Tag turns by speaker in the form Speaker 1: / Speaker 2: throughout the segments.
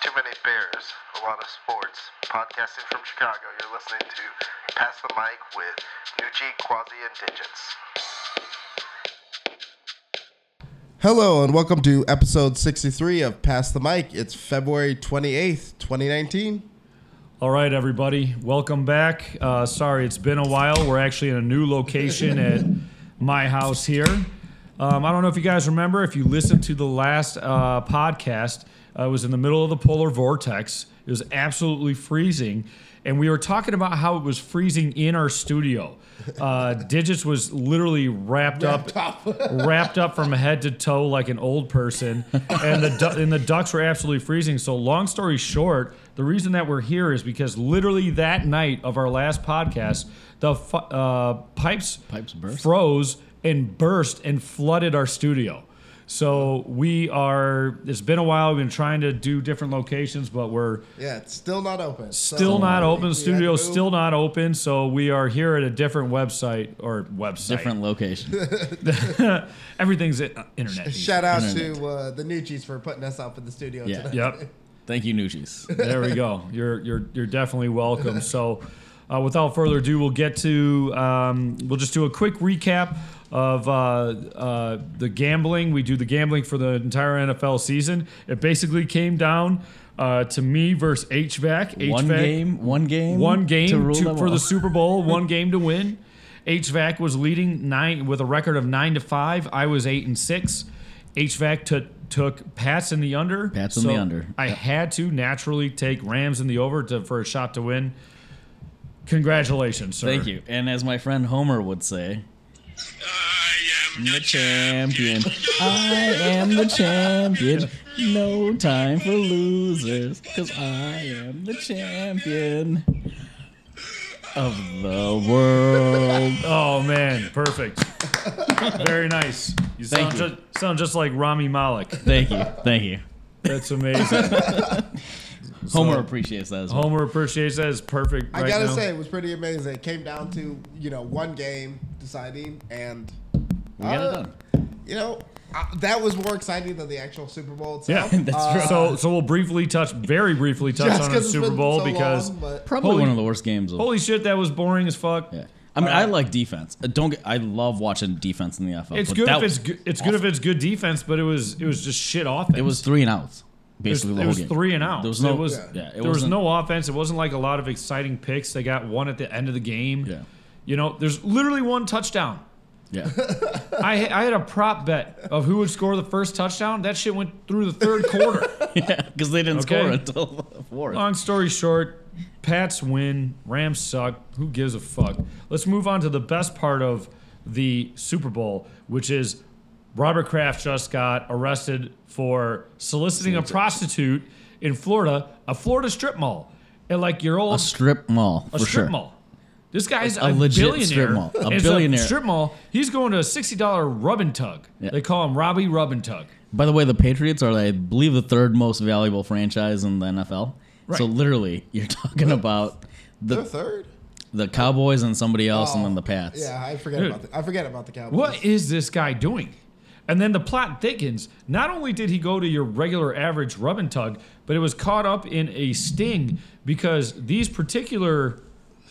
Speaker 1: Too many bears, a lot of sports. Podcasting from Chicago, you're listening to Pass the Mic with Nucci, Quasi, and Digits.
Speaker 2: Hello and welcome to episode 63 of Pass the Mic. It's February 28th, 2019.
Speaker 3: All right, everybody, welcome back. Uh, sorry, it's been a while. We're actually in a new location at my house here. Um, I don't know if you guys remember, if you listened to the last uh, podcast, uh, it was in the middle of the polar vortex. It was absolutely freezing. And we were talking about how it was freezing in our studio. Uh, Digits was literally wrapped, up, wrapped up from head to toe like an old person. And the du- and the ducks were absolutely freezing. So long story short, the reason that we're here is because literally that night of our last podcast, the fu- uh, pipes
Speaker 4: Pipes burst?
Speaker 3: froze and burst and flooded our studio. So we are. It's been a while. We've been trying to do different locations, but we're
Speaker 2: Yeah, it's still not open. So-
Speaker 3: still not open. The
Speaker 2: we had to
Speaker 3: studio's
Speaker 2: move.
Speaker 3: still not open. So we are here at a different website or website.
Speaker 4: Different location.
Speaker 3: Everything's uh, internet. these
Speaker 2: Shout out
Speaker 4: Internet.
Speaker 2: to uh, the Nucci's for putting us out for the studio
Speaker 4: Yeah.
Speaker 2: today.
Speaker 3: Yep.
Speaker 4: Thank you, Nucci's.
Speaker 3: There we go. You're you're you're definitely welcome. So, uh, without further ado, we'll get to um, we'll just do a quick recap of uh, uh, the gambling. We do the gambling for the entire NFL season. It basically came down uh, to me versus HVAC. HVAC
Speaker 4: One game, one game,
Speaker 3: one game
Speaker 4: to rule
Speaker 3: to-
Speaker 4: them
Speaker 3: for the
Speaker 4: all.
Speaker 3: Super Bowl, one game to win. HVAC was leading nine with a record of nine to five. I was eight and six. HVAC took took Pats in the under.
Speaker 4: Pats in the under.
Speaker 3: I had to naturally take Rams in the over to, for a shot to win. Congratulations, sir.
Speaker 4: Thank you. And as my friend Homer would say, I am the champion. I am the champion. No time for losers, because I am the champion of the world.
Speaker 3: Oh man, perfect. Very nice. You
Speaker 4: Thank
Speaker 3: sound
Speaker 4: you.
Speaker 3: just sound just like Rami Malek.
Speaker 4: Thank you. Thank you.
Speaker 3: That's amazing.
Speaker 4: Homer appreciates that as well.
Speaker 3: Homer appreciates that. It's perfect. Right
Speaker 2: I gotta
Speaker 3: now.
Speaker 2: say, it was pretty amazing. It came down to, you know, one game deciding, and,
Speaker 4: We got it
Speaker 2: Uh,
Speaker 4: done.
Speaker 2: you know, uh, that was more exciting than the actual Super Bowl
Speaker 3: Yeah,
Speaker 2: itself. Uh,
Speaker 4: That's right.
Speaker 3: So, so we'll briefly touch, very briefly touch
Speaker 2: just
Speaker 3: on
Speaker 2: 'cause
Speaker 3: the
Speaker 2: it's
Speaker 3: Super
Speaker 2: been
Speaker 3: Bowl
Speaker 2: so
Speaker 3: because
Speaker 2: long, but-
Speaker 4: Probably
Speaker 3: Holy-
Speaker 4: one of the worst games of
Speaker 3: holy shit, that was boring as fuck.
Speaker 4: Yeah. I mean, I like defense. Uh, Don't get, I love watching defense in the NFL.
Speaker 3: It's
Speaker 4: but
Speaker 3: good
Speaker 4: that
Speaker 3: if it's
Speaker 4: was-
Speaker 3: good, it's good if it's good defense, but it was it was just shit offense.
Speaker 4: It was three and outs, basically
Speaker 3: it
Speaker 4: the whole
Speaker 3: was
Speaker 4: game.
Speaker 3: three and out.
Speaker 4: There was no.
Speaker 3: it was,
Speaker 4: yeah. It
Speaker 3: there was
Speaker 4: wasn't-
Speaker 3: no offense. It wasn't like a lot of exciting picks. They got one at the end of the game.
Speaker 4: Yeah.
Speaker 3: You know, there's literally one touchdown.
Speaker 4: Yeah.
Speaker 3: I, ha- I had a prop bet of who would score the first touchdown. That shit went through the third quarter.
Speaker 4: Because they didn't
Speaker 3: Okay.
Speaker 4: score until the fourth.
Speaker 3: Long story short, Pats win, Rams suck. Who gives a fuck? Let's move on to the best part of the Super Bowl, which is Robert Kraft just got arrested for soliciting a prostitute in Florida, a Florida strip mall, and like your old
Speaker 4: a strip mall for
Speaker 3: a strip
Speaker 4: sure.
Speaker 3: mall. This guy's a,
Speaker 4: A legit
Speaker 3: billionaire.
Speaker 4: strip mall. A
Speaker 3: It's
Speaker 4: billionaire.
Speaker 3: strip mall. He's going to a sixty dollar rub and tug.
Speaker 4: Yeah.
Speaker 3: They call him Robbie Rub and Tug.
Speaker 4: By the way, the Patriots are, I believe, the third most valuable franchise in the NFL. So
Speaker 3: Right.
Speaker 4: literally, you're talking about
Speaker 2: the
Speaker 4: the
Speaker 2: third? Oh,
Speaker 4: the Cowboys and somebody else, and then the Pats.
Speaker 2: Yeah, I forget
Speaker 3: Dude.
Speaker 2: about the I forget about the Cowboys.
Speaker 3: What is this guy doing? And then the plot thickens. Not only did he go to your regular average rub and tug, but it was caught up in a sting because these particular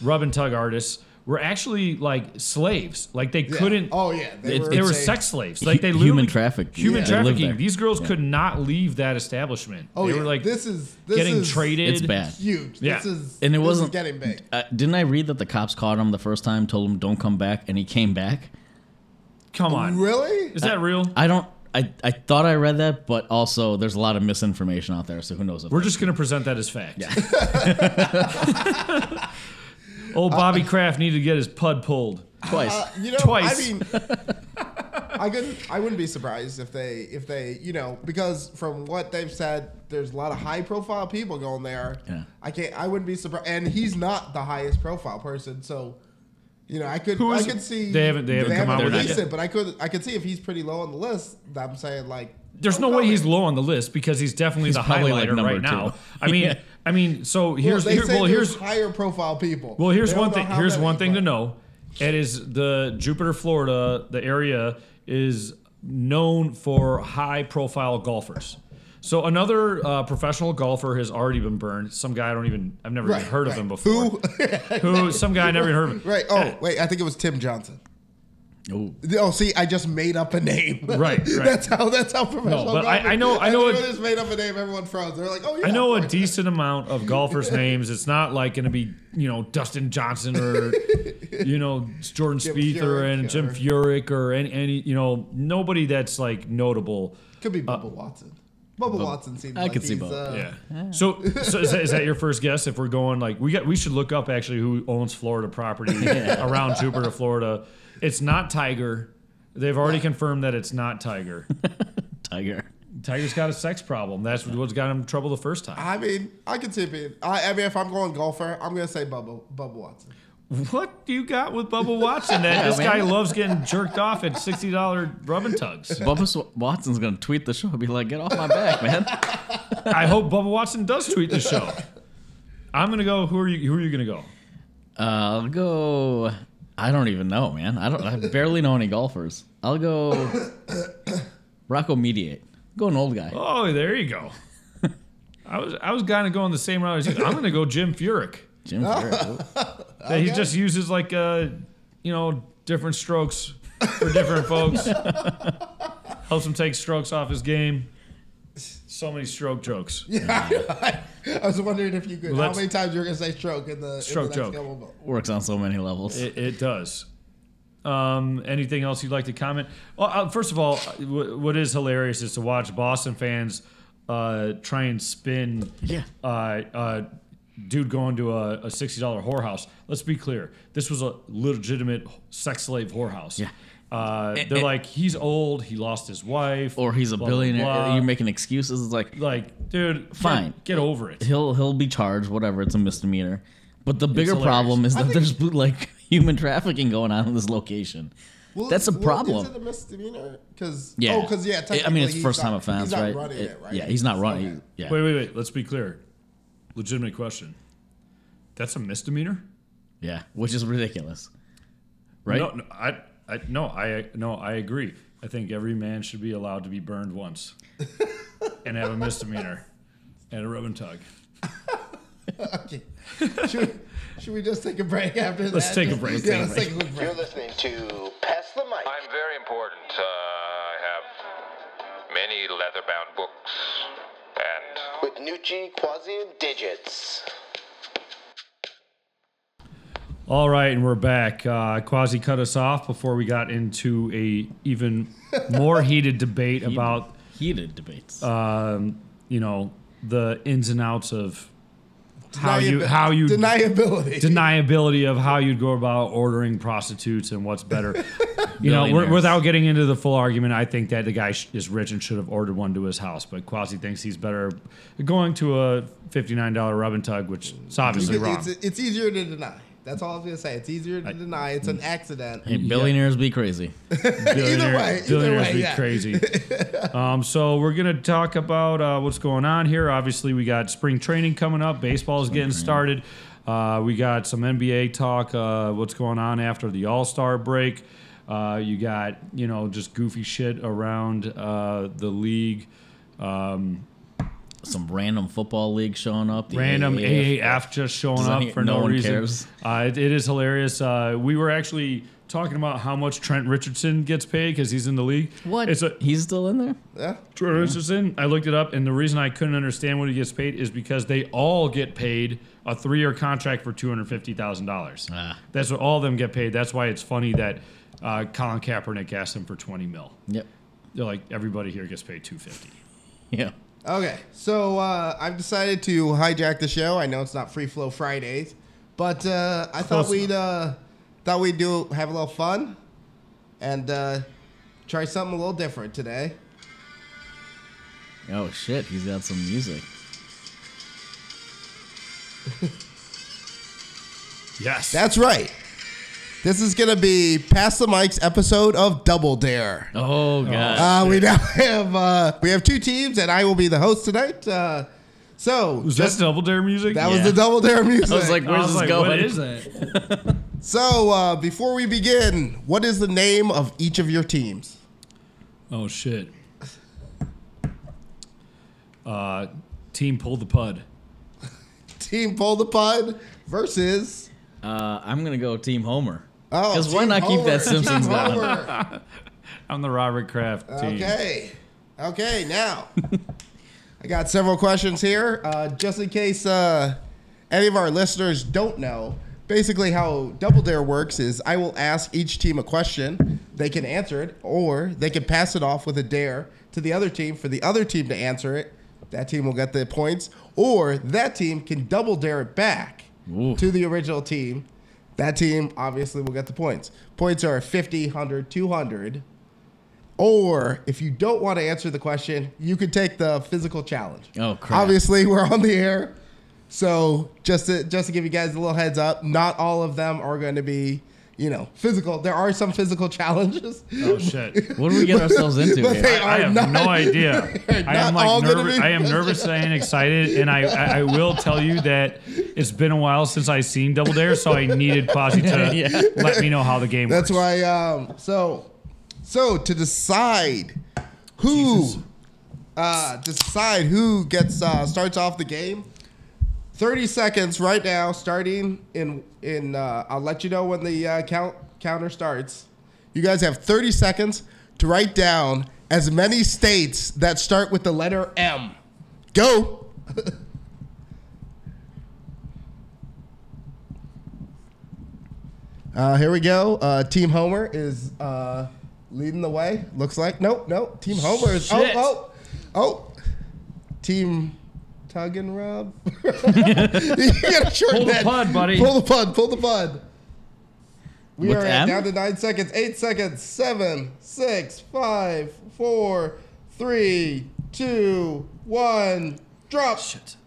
Speaker 3: rub and tug artists were actually like slaves. Like they
Speaker 2: Yeah.
Speaker 3: couldn't.
Speaker 2: Oh yeah, they
Speaker 4: It-
Speaker 2: were,
Speaker 3: They were
Speaker 2: insane.
Speaker 3: sex slaves. Like they
Speaker 4: Hu- human
Speaker 3: literally-
Speaker 4: trafficking.
Speaker 3: Human
Speaker 4: Yeah. They lived
Speaker 3: trafficking.
Speaker 4: there.
Speaker 3: These girls
Speaker 4: Yeah.
Speaker 3: could not leave that establishment.
Speaker 2: Oh
Speaker 3: they
Speaker 2: yeah,
Speaker 3: were like
Speaker 2: this is this
Speaker 3: getting
Speaker 2: is
Speaker 3: traded.
Speaker 4: It's bad.
Speaker 2: Huge.
Speaker 3: Yeah.
Speaker 2: This is
Speaker 4: And it
Speaker 2: this is
Speaker 4: wasn't
Speaker 2: getting big.
Speaker 4: Uh, didn't I read that the cops caught him the first time, told him don't come back, and he came back?
Speaker 3: Come on,
Speaker 2: Really?
Speaker 3: is that real?
Speaker 4: I don't. I, I thought I read that, but also there's a lot of misinformation out there, so who knows? If
Speaker 3: We're just going to present that as fact. Old Bobby Kraft needed to get his pud pulled.
Speaker 4: twice.
Speaker 2: Uh, you know,
Speaker 3: Twice.
Speaker 2: I mean, I couldn't. I wouldn't be surprised if they if they you know because from what they've said, there's a lot of high profile people going there.
Speaker 4: Yeah.
Speaker 2: I can't. I wouldn't be surprised. And he's not the highest profile person, so. You know, I could,
Speaker 3: Who is
Speaker 2: I
Speaker 3: it?
Speaker 2: could see
Speaker 3: They haven't- they haven't come out
Speaker 4: with
Speaker 2: released
Speaker 4: that
Speaker 2: it, but I could, I could see if he's pretty low on the list. That I'm saying like,
Speaker 3: There's no way he's low on the list because he's definitely the
Speaker 4: probably, like,
Speaker 3: highlighter
Speaker 4: number
Speaker 3: right now.
Speaker 4: two.
Speaker 3: I mean,
Speaker 4: Yeah.
Speaker 3: I mean, so here's
Speaker 2: well, they
Speaker 3: here,
Speaker 2: say
Speaker 3: well
Speaker 2: there's
Speaker 3: here's
Speaker 2: higher profile people.
Speaker 3: well here's
Speaker 2: They don't
Speaker 3: one
Speaker 2: know
Speaker 3: thing
Speaker 2: how
Speaker 3: here's
Speaker 2: many,
Speaker 3: one thing to
Speaker 2: but-
Speaker 3: know. It is the Jupiter, Florida, the area is known for high profile golfers. So another uh, professional golfer has already been burned. Some guy I don't even I've never even heard of him before.
Speaker 2: Who?
Speaker 3: Who? Some guy I never even heard of. him.
Speaker 2: right. Oh, wait. I think it was Tim Johnson.
Speaker 4: Oh,
Speaker 2: Oh, see, I just made up a name.
Speaker 3: Right, right.
Speaker 2: that's how. That's how professional.
Speaker 3: but I-
Speaker 2: golfers-
Speaker 3: I know- I know
Speaker 2: Everyone
Speaker 3: a-
Speaker 2: just made up a name. Everyone froze. They're like, oh yeah.
Speaker 3: I know a
Speaker 2: right.
Speaker 3: decent amount of golfers' names. It's not like going to be, you know, Dustin Johnson or, you know, Jordan Spieth or
Speaker 2: Furyk
Speaker 3: and Jim uh,
Speaker 2: or-
Speaker 3: Furyk or any, any, you know, nobody that's like notable.
Speaker 2: Could be Bubba Watson. Bubba Watson seems.
Speaker 4: I
Speaker 2: like
Speaker 4: could see
Speaker 2: he's,
Speaker 4: Bubba.
Speaker 2: uh,
Speaker 3: Yeah. So, so is, that, is that your first guess? If we're going like we got, we should look up actually who owns Florida property around Jupiter, Florida. It's not Tiger. They've already confirmed that it's not Tiger.
Speaker 4: Tiger.
Speaker 3: Tiger's got a sex problem. That's what's got him in trouble the first time.
Speaker 2: I mean, I could see it being. I, I mean, if I'm going golfer, I'm gonna say Bubba Bubba Watson.
Speaker 3: What do you got with Bubba Watson? That this guy loves getting jerked off at sixty dollar rub and tugs.
Speaker 4: Bubba Sw- Watson's gonna tweet the show and be like, "Get off my back, man."
Speaker 3: I hope Bubba Watson does tweet the show. I'm gonna go. Who are you? Who are you gonna go?
Speaker 4: Uh, I'll go. I don't even know, man. I don't. I barely know any golfers. I'll go. Rocco Mediate. Go an old guy.
Speaker 3: Oh, there you go. I was I was kind of going the same route as you. I'm gonna go Jim Furyk.
Speaker 4: Jim Furyk.
Speaker 3: That He just uses like uh, you know, different strokes for different folks. Helps him take strokes off his game. So many stroke jokes.
Speaker 2: Yeah, I was wondering if you could.
Speaker 3: Let's-
Speaker 2: how many times you're gonna say stroke in the
Speaker 3: Stroke
Speaker 2: in the
Speaker 3: joke.
Speaker 2: next couple of-
Speaker 4: Works on so many levels.
Speaker 3: It, it does. Um, anything else you'd like to comment? Well, uh, first of all, w- what is hilarious is to watch Boston fans uh, try and spin.
Speaker 4: Yeah.
Speaker 3: Uh, uh, dude going to a, a sixty dollar whorehouse. Let's be clear. This was a legitimate sex slave whorehouse.
Speaker 4: Yeah.
Speaker 3: Uh, they're
Speaker 4: and-
Speaker 3: like, he's old. He lost his wife.
Speaker 4: or he's a
Speaker 3: blah, blah,
Speaker 4: billionaire.
Speaker 3: blah.
Speaker 4: You're making excuses. It's like
Speaker 3: like, dude,
Speaker 4: Fine.
Speaker 3: Get over it.
Speaker 4: he'll he'll be charged. Whatever. It's a misdemeanor. But the bigger
Speaker 3: hilarious.
Speaker 4: problem is that there's like human trafficking going on in this location.
Speaker 2: Well,
Speaker 4: That's a
Speaker 2: well,
Speaker 4: problem.
Speaker 2: Is it a misdemeanor? Because
Speaker 4: Yeah.
Speaker 2: oh, because yeah,
Speaker 4: I mean, it's
Speaker 2: technically
Speaker 4: first time
Speaker 2: he's not-
Speaker 4: offense,
Speaker 2: he's not
Speaker 4: right?
Speaker 2: running
Speaker 4: It-
Speaker 2: it, right?
Speaker 4: Yeah, he's not running.
Speaker 2: Okay.
Speaker 4: He- Yeah,
Speaker 3: Wait, wait, wait. Let's be clear. Legitimate question. That's a misdemeanor.
Speaker 4: yeah, which is ridiculous, right?
Speaker 3: No, no, I, I, no, I, no, I agree. I think every man should be allowed to be burned once, and have a misdemeanor, and a rub and tug.
Speaker 2: Okay. Should, should we just take a break after that?
Speaker 3: Let's take a break.
Speaker 2: Yeah, let's
Speaker 3: Let's take
Speaker 2: take a quick break.
Speaker 1: You're listening to Pass the Mic.
Speaker 5: I'm very important. Uh, I have many leather bound books and
Speaker 1: with Nucci, Quasi, and Digits.
Speaker 3: All right, and we're back. Uh, Quasi cut us off before we got into a even more heated debate about um,
Speaker 4: Heated debates.
Speaker 3: Uh, you know the ins and outs of how you
Speaker 2: Deniabi-
Speaker 3: how you
Speaker 2: deniability.
Speaker 3: deniability of how you'd go about ordering prostitutes and what's better. You know, wi-
Speaker 4: Billionaires.
Speaker 3: without getting into the full argument, I think that the guy sh- is rich and should have ordered one to his house. But Quasi thinks he's better going to a fifty-nine dollar rub and tug, which is obviously wrong.
Speaker 2: it's, it's easier to deny. That's all I was gonna say. It's easier to deny. It's an accident.
Speaker 4: hey, billionaires be crazy.
Speaker 3: Billionaire-
Speaker 2: way, either
Speaker 3: billionaires
Speaker 2: way,
Speaker 3: be
Speaker 2: yeah.
Speaker 3: crazy. um, so we're gonna talk about uh, what's going on here. Obviously, we got spring training coming up. Baseball is getting started. Uh, we got some NBA talk. Uh, what's going on after the All Star break? Uh, you got you know just goofy shit around uh, the league.
Speaker 4: Some random football league showing up. the
Speaker 3: Random
Speaker 4: AAF.
Speaker 3: AAF just showing
Speaker 4: Does
Speaker 3: up
Speaker 4: any-
Speaker 3: for
Speaker 4: no
Speaker 3: no,
Speaker 4: one
Speaker 3: reason.
Speaker 4: cares?
Speaker 3: Uh, it, it is hilarious. Uh, we were actually talking about how much Trent Richardson gets paid because he's in the league.
Speaker 4: What?
Speaker 3: It's a,
Speaker 4: He's still in there?
Speaker 2: Yeah.
Speaker 3: Trent Richardson, I looked it up, and the reason I couldn't understand what he gets paid is because they all get paid a three-year contract for two hundred fifty thousand dollars.
Speaker 4: Ah.
Speaker 3: That's what all of them get paid. That's why it's funny that uh, Colin Kaepernick asked him for twenty mil.
Speaker 4: Yep.
Speaker 3: They're like, everybody here gets paid two fifty.
Speaker 4: Yeah.
Speaker 2: Okay, so uh, I've decided to hijack the show. I know it's not Free Flow Fridays, but uh, I
Speaker 3: Close
Speaker 2: thought we'd uh, thought we'd do have a little fun and uh, try something a little different today.
Speaker 4: Oh shit, he's got some music.
Speaker 3: Yes.
Speaker 2: That's right. This is gonna be Pass the Mike's episode of Double Dare.
Speaker 4: Oh god.
Speaker 2: Uh, we now have uh, we have two teams, and I will be the host tonight. Uh, so
Speaker 3: was
Speaker 2: just-
Speaker 3: that double dare music?
Speaker 2: that
Speaker 4: Yeah.
Speaker 2: was the Double Dare music.
Speaker 4: I was like,
Speaker 3: Oh. I was
Speaker 4: where's this
Speaker 3: like,
Speaker 4: going?
Speaker 3: what is that?
Speaker 2: so uh, before we begin, what is the name of each of your teams?
Speaker 3: Oh shit. uh, team pull the pud.
Speaker 2: Team Pull the Pud versus.
Speaker 4: Uh, I'm gonna go Team Homer.
Speaker 2: Oh,
Speaker 4: 'Cause why
Speaker 2: Team
Speaker 4: not keep
Speaker 2: Homer.
Speaker 4: that Simpsons
Speaker 2: Team
Speaker 4: down?
Speaker 2: Homer.
Speaker 3: I'm the Robert Kraft team.
Speaker 2: Okay. Okay, now. I got several questions here. Uh, just in case uh, any of our listeners don't know, basically how Double Dare works is I will ask each team a question. They can answer it, or they can pass it off with a dare to the other team for the other team to answer it. That team will get the points, or that team can double dare it back
Speaker 4: Ooh.
Speaker 2: to the original team. That team obviously will get the points. Points are 50, 100, 200. Or if you don't want to answer the question, you can take the physical challenge.
Speaker 4: Oh, crap.
Speaker 2: Obviously, we're on the air. So just to just to give you guys a little heads up, not all of them are going to be, you know, physical. There are some physical challenges.
Speaker 3: Oh shit!
Speaker 4: What do we get ourselves into
Speaker 2: But
Speaker 4: here?
Speaker 2: they-
Speaker 3: I
Speaker 2: are
Speaker 3: have
Speaker 2: not-
Speaker 3: no idea.
Speaker 2: they are
Speaker 3: I am
Speaker 2: not all
Speaker 3: like
Speaker 2: gonna
Speaker 3: nervous.
Speaker 2: be-
Speaker 3: I am nervous and excited, and I, I, I will tell you that it's been a while since I seen Double Dare, so I needed Quasi to
Speaker 4: Yeah.
Speaker 3: let me know how the game
Speaker 2: That's
Speaker 3: works.
Speaker 2: why. Um, so, so to decide who uh, decide who gets uh, starts off the game. Thirty seconds right now, starting in in. Uh, I'll let you know when the uh, count counter starts. You guys have thirty seconds to write down as many states that start with the letter M. Go. Uh, here we go. Uh, Team Homer is uh, leading the way. Looks like. Nope, nope. Team Homer is.
Speaker 4: Shit.
Speaker 2: Oh, oh, oh. Team Tug and Rob. you gotta shorten
Speaker 3: Pull the
Speaker 2: that.
Speaker 3: pud, buddy.
Speaker 2: Pull the pud. Pull the pud. We
Speaker 4: With
Speaker 2: are at
Speaker 4: M?
Speaker 2: down to nine seconds, eight seconds, seven, six, five, four, three, two, one. Drop.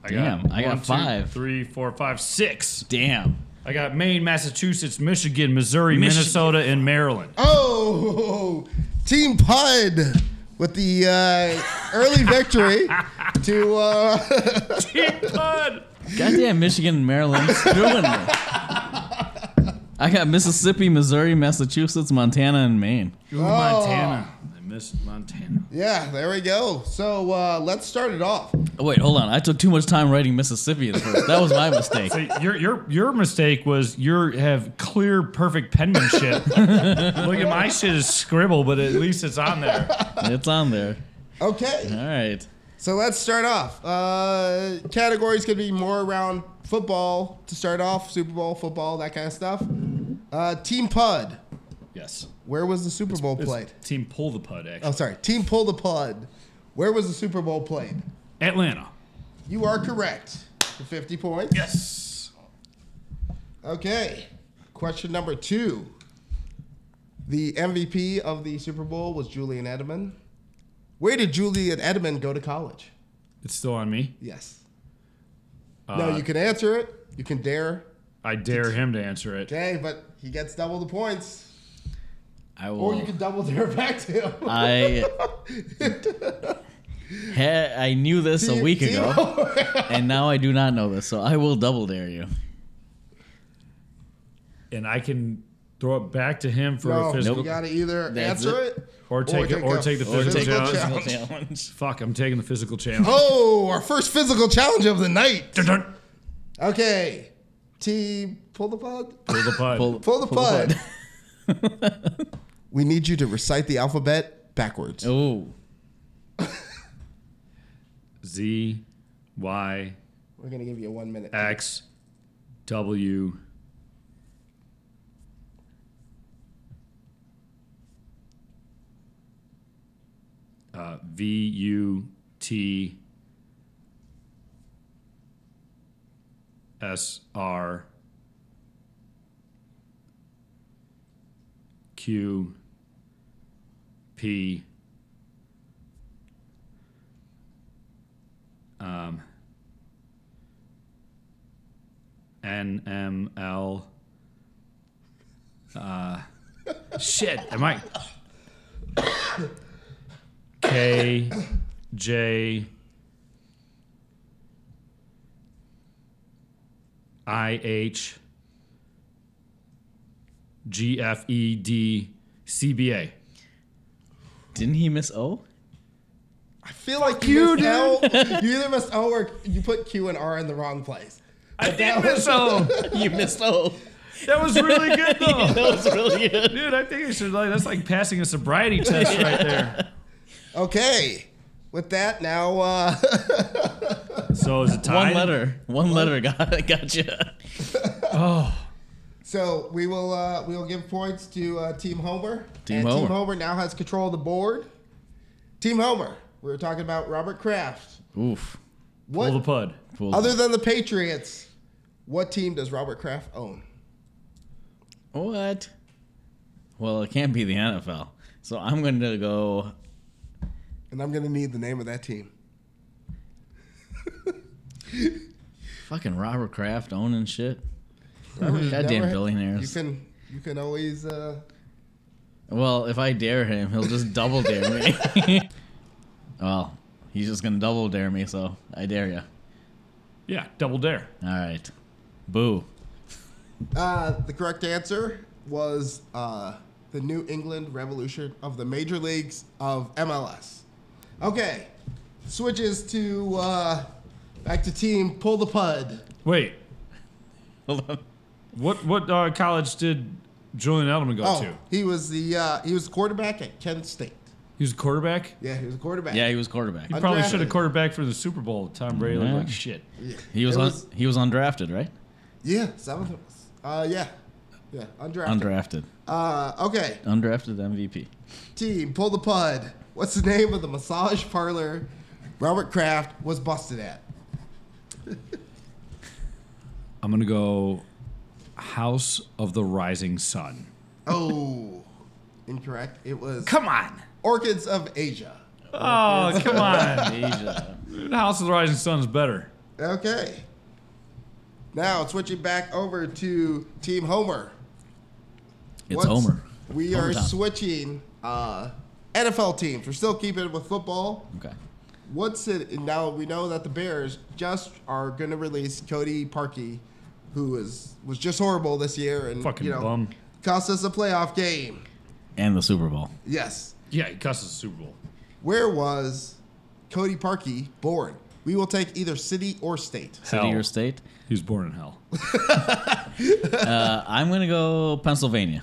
Speaker 3: I
Speaker 4: Damn, I got
Speaker 3: one, two,
Speaker 4: five.
Speaker 3: three, four, five, six.
Speaker 4: Damn.
Speaker 3: I got Maine, Massachusetts, Michigan, Missouri,
Speaker 4: Michigan.
Speaker 3: Minnesota, and Maryland.
Speaker 2: Oh, Team Pud with the uh, early victory to uh,
Speaker 4: Goddamn Michigan and Maryland screwing me. I got Mississippi, Missouri, Massachusetts, Montana, and Maine.
Speaker 3: Ooh, Montana.
Speaker 2: Oh.
Speaker 3: I missed Montana.
Speaker 2: yeah. There we go. So uh, let's start it off.
Speaker 4: Oh, wait, hold on. I took too much time writing Mississippi at first. That was my mistake.
Speaker 3: So your your your mistake was you have clear perfect penmanship. Look at my shit is scribble, but at least it's on there.
Speaker 4: It's on there.
Speaker 2: Okay.
Speaker 4: All right.
Speaker 2: So let's start off. Uh, categories could be more around football to start off, Super Bowl football, that kind of stuff. Uh, Team Pud.
Speaker 3: Yes.
Speaker 2: Where was the Super Bowl played?
Speaker 3: Team pull the pud actually.
Speaker 2: Oh, sorry. Team Pull the Pud. Where was the Super Bowl played?
Speaker 3: Atlanta.
Speaker 2: You are correct. For 50 points.
Speaker 3: Yes.
Speaker 2: Okay. Question number two. The MVP of the Super Bowl was Julian Edelman. Where did Julian Edelman go to college?
Speaker 3: It's still on me.
Speaker 2: Yes. no, you can answer it. You can dare.
Speaker 3: I dare him to answer it.
Speaker 2: Okay, but he gets double the points.
Speaker 4: I
Speaker 2: Or
Speaker 4: will.
Speaker 2: you can double dare back to him.
Speaker 4: I. Had, I knew this a week
Speaker 2: Team
Speaker 4: ago,
Speaker 2: Homer.
Speaker 4: and now I do not know this, so I will double dare you.
Speaker 3: And I can throw it back to him for
Speaker 2: no,
Speaker 3: a physical
Speaker 2: you gotta either
Speaker 4: That's
Speaker 2: answer
Speaker 4: it.
Speaker 2: it,
Speaker 3: Or take it-
Speaker 2: a-
Speaker 3: or take the
Speaker 2: physical
Speaker 3: physical challenge.
Speaker 2: challenge.
Speaker 3: Fuck, I'm taking the physical challenge.
Speaker 2: Oh, our first physical challenge of the night.
Speaker 3: Dun, dun.
Speaker 2: Okay. Team, pull the pod.
Speaker 3: Pull the pud.
Speaker 4: Pull-
Speaker 2: Pull the
Speaker 4: pull the
Speaker 2: pud. we need you to recite the alphabet backwards.
Speaker 4: Oh,
Speaker 3: Z Y
Speaker 2: We're gonna give you one minute.
Speaker 3: X W uh, V U T S R Q P um, NML. Uh, shit, am I? K J I H G F E D C B A.
Speaker 4: didn't he miss O?
Speaker 2: I feel like you missed L. You either missed O or you put Q and R in the wrong place.
Speaker 3: I did miss O.
Speaker 4: You missed O.
Speaker 3: That was really good
Speaker 4: that
Speaker 3: though.
Speaker 4: was really good.
Speaker 3: Dude, I think I should like that's like passing a sobriety test right there.
Speaker 2: Okay. With that, now uh,
Speaker 3: So is it
Speaker 4: One
Speaker 3: tied?
Speaker 4: letter. One letter got gotcha.
Speaker 2: so we will uh, we will give points to uh, Team Homer.
Speaker 4: Team
Speaker 2: and Team
Speaker 4: Homer.
Speaker 2: Homer now has control of the board. Team Homer. We were talking about Robert Kraft.
Speaker 4: Oof.
Speaker 2: What
Speaker 3: Pull the pud.
Speaker 4: Pulled-
Speaker 2: other than the Patriots? What team does Robert Kraft own?
Speaker 4: What? Well, it can't be the NFL. So I'm going to go.
Speaker 2: And I'm gonna need the name of that team.
Speaker 4: Fucking Robert Kraft owning shit.
Speaker 2: Robert,
Speaker 4: Goddamn
Speaker 2: never-
Speaker 4: billionaires.
Speaker 2: You can you can always uh,
Speaker 4: Well, if I dare him, he'll just double dare me. well, he's just gonna double dare me, so I dare you.
Speaker 3: Yeah, double dare.
Speaker 4: All right, boo.
Speaker 2: Uh, the correct answer was uh, the New England Revolution of the Major Leagues of MLS. Okay, switches to uh, back to team pull the pud.
Speaker 3: Wait,
Speaker 4: Hold on.
Speaker 3: what what uh, college did Julian Edelman go
Speaker 2: Oh,
Speaker 3: to?
Speaker 2: he was the uh, he was quarterback at Kent State.
Speaker 3: He was a quarterback.
Speaker 2: Yeah, he was a quarterback.
Speaker 4: Yeah, he was quarterback.
Speaker 3: He probably
Speaker 2: Undrafted.
Speaker 3: should have quarterback for the Super Bowl. Tom Brady looked
Speaker 4: Yeah.
Speaker 3: like shit.
Speaker 4: He was,
Speaker 2: It
Speaker 4: un-
Speaker 2: was-
Speaker 4: he was undrafted, right?
Speaker 2: yeah, seventh. Uh, yeah, yeah, undrafted.
Speaker 4: Undrafted,
Speaker 2: Uh, okay,
Speaker 4: undrafted MVP.
Speaker 2: team pull the pud. What's the name of the massage parlor Robert Kraft was busted at?
Speaker 3: I'm gonna go House of the Rising Sun.
Speaker 2: Oh, incorrect. It was
Speaker 3: Come on.
Speaker 2: Orchids of Asia.
Speaker 3: Oh, come on.
Speaker 4: Asia.
Speaker 3: House of the Rising Sun is better.
Speaker 2: Okay. Now switching back over to Team Homer.
Speaker 4: It's
Speaker 2: What's-
Speaker 4: Homer.
Speaker 2: We
Speaker 4: Homer
Speaker 2: are
Speaker 4: time.
Speaker 2: switching uh, NFL teams. We're still keeping it with football.
Speaker 4: Okay.
Speaker 2: What's it? And now we know that the Bears just are going to release Cody Parkey, who is was just horrible this year and
Speaker 3: Fucking
Speaker 2: you know
Speaker 3: bum.
Speaker 2: cost us a playoff game.
Speaker 4: And the Super Bowl.
Speaker 2: Yes.
Speaker 3: Yeah, he cusses the Super Bowl.
Speaker 2: Where was Cody Parkey born? We will take either city or state.
Speaker 4: City
Speaker 3: Hell.
Speaker 4: or state?
Speaker 3: He was born in hell.
Speaker 4: Uh, I'm gonna go Pennsylvania.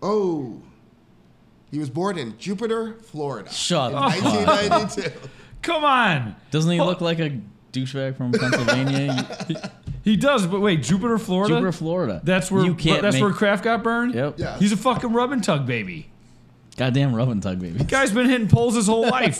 Speaker 2: Oh. He was born in Jupiter, Florida.
Speaker 4: Shut
Speaker 2: in
Speaker 4: up.
Speaker 2: 1992.
Speaker 3: Come on.
Speaker 4: Doesn't he look like a douchebag from Pennsylvania?
Speaker 3: He does, but wait, Jupiter, Florida.
Speaker 4: Jupiter, Florida.
Speaker 3: That's where
Speaker 4: you can't.
Speaker 3: that's
Speaker 4: make-
Speaker 3: where Kraft got burned.
Speaker 4: Yep.
Speaker 2: Yeah.
Speaker 3: He's a fucking rub and tug baby.
Speaker 4: Goddamn rub and tug, baby.
Speaker 3: Guy's been hitting poles his whole life.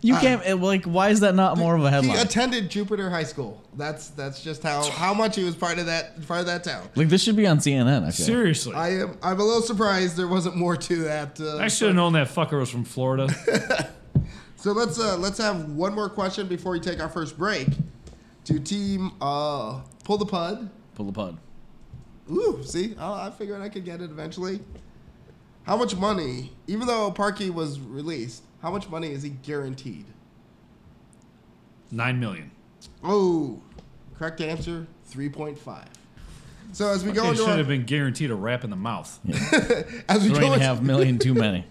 Speaker 4: You can't it- like. Why is that not more of a
Speaker 2: he
Speaker 4: headline?
Speaker 2: attended Jupiter High School. That's that's just how how much he was part of that part of that town.
Speaker 4: like this should be on CNN. I feel.
Speaker 3: Seriously.
Speaker 2: I am I'm a little surprised there wasn't more to that. Uh,
Speaker 3: I should have known that fucker was from Florida.
Speaker 2: So let's uh, let's have one more question before we take our first break. To team uh, pull the pud.
Speaker 4: Pull the pod.
Speaker 2: Ooh, see, I, I figured I could get it eventually. How much money? Even though Parkey was released, how much money is he guaranteed?
Speaker 3: Nine million.
Speaker 2: Oh, correct answer 3.5. So as we go
Speaker 3: They
Speaker 2: into
Speaker 3: should
Speaker 2: our,
Speaker 3: have been guaranteed a rap in the mouth.
Speaker 2: as we
Speaker 4: Three
Speaker 2: go
Speaker 4: and a
Speaker 2: into,
Speaker 4: half million too many.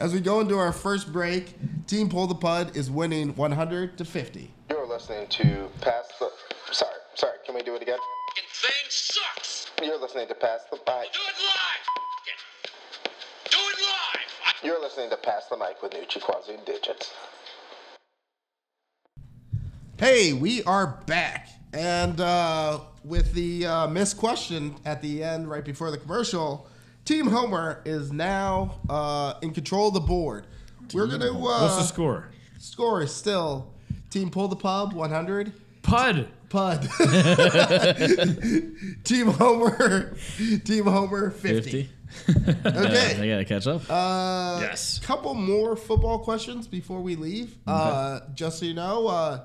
Speaker 2: as we go into our first break, Team Pull the Pud is winning 100 to 50.
Speaker 1: You're listening to Pass the. Sorry, sorry, can we do it again?
Speaker 6: fucking thing sucks.
Speaker 1: You're listening to Pass the Mic.
Speaker 6: Do it live. Fuck it. Do it live. I
Speaker 1: You're listening to Pass the Mic with Nucci Quasi Digits.
Speaker 2: Hey, we are back, and uh, with the uh, missed question at the end, right before the commercial, Team Homer is now uh, in control of the board. We're gonna uh,
Speaker 3: What's the score?
Speaker 2: score is still Team Pull the Pub 100.
Speaker 3: Pud.
Speaker 2: Pud. Team Homer. Team Homer 50.
Speaker 4: Fifty. I
Speaker 2: Okay.
Speaker 4: gotta catch up.
Speaker 2: Uh,
Speaker 3: Yes.
Speaker 2: Couple more football questions before we leave. Uh, just so you know, uh,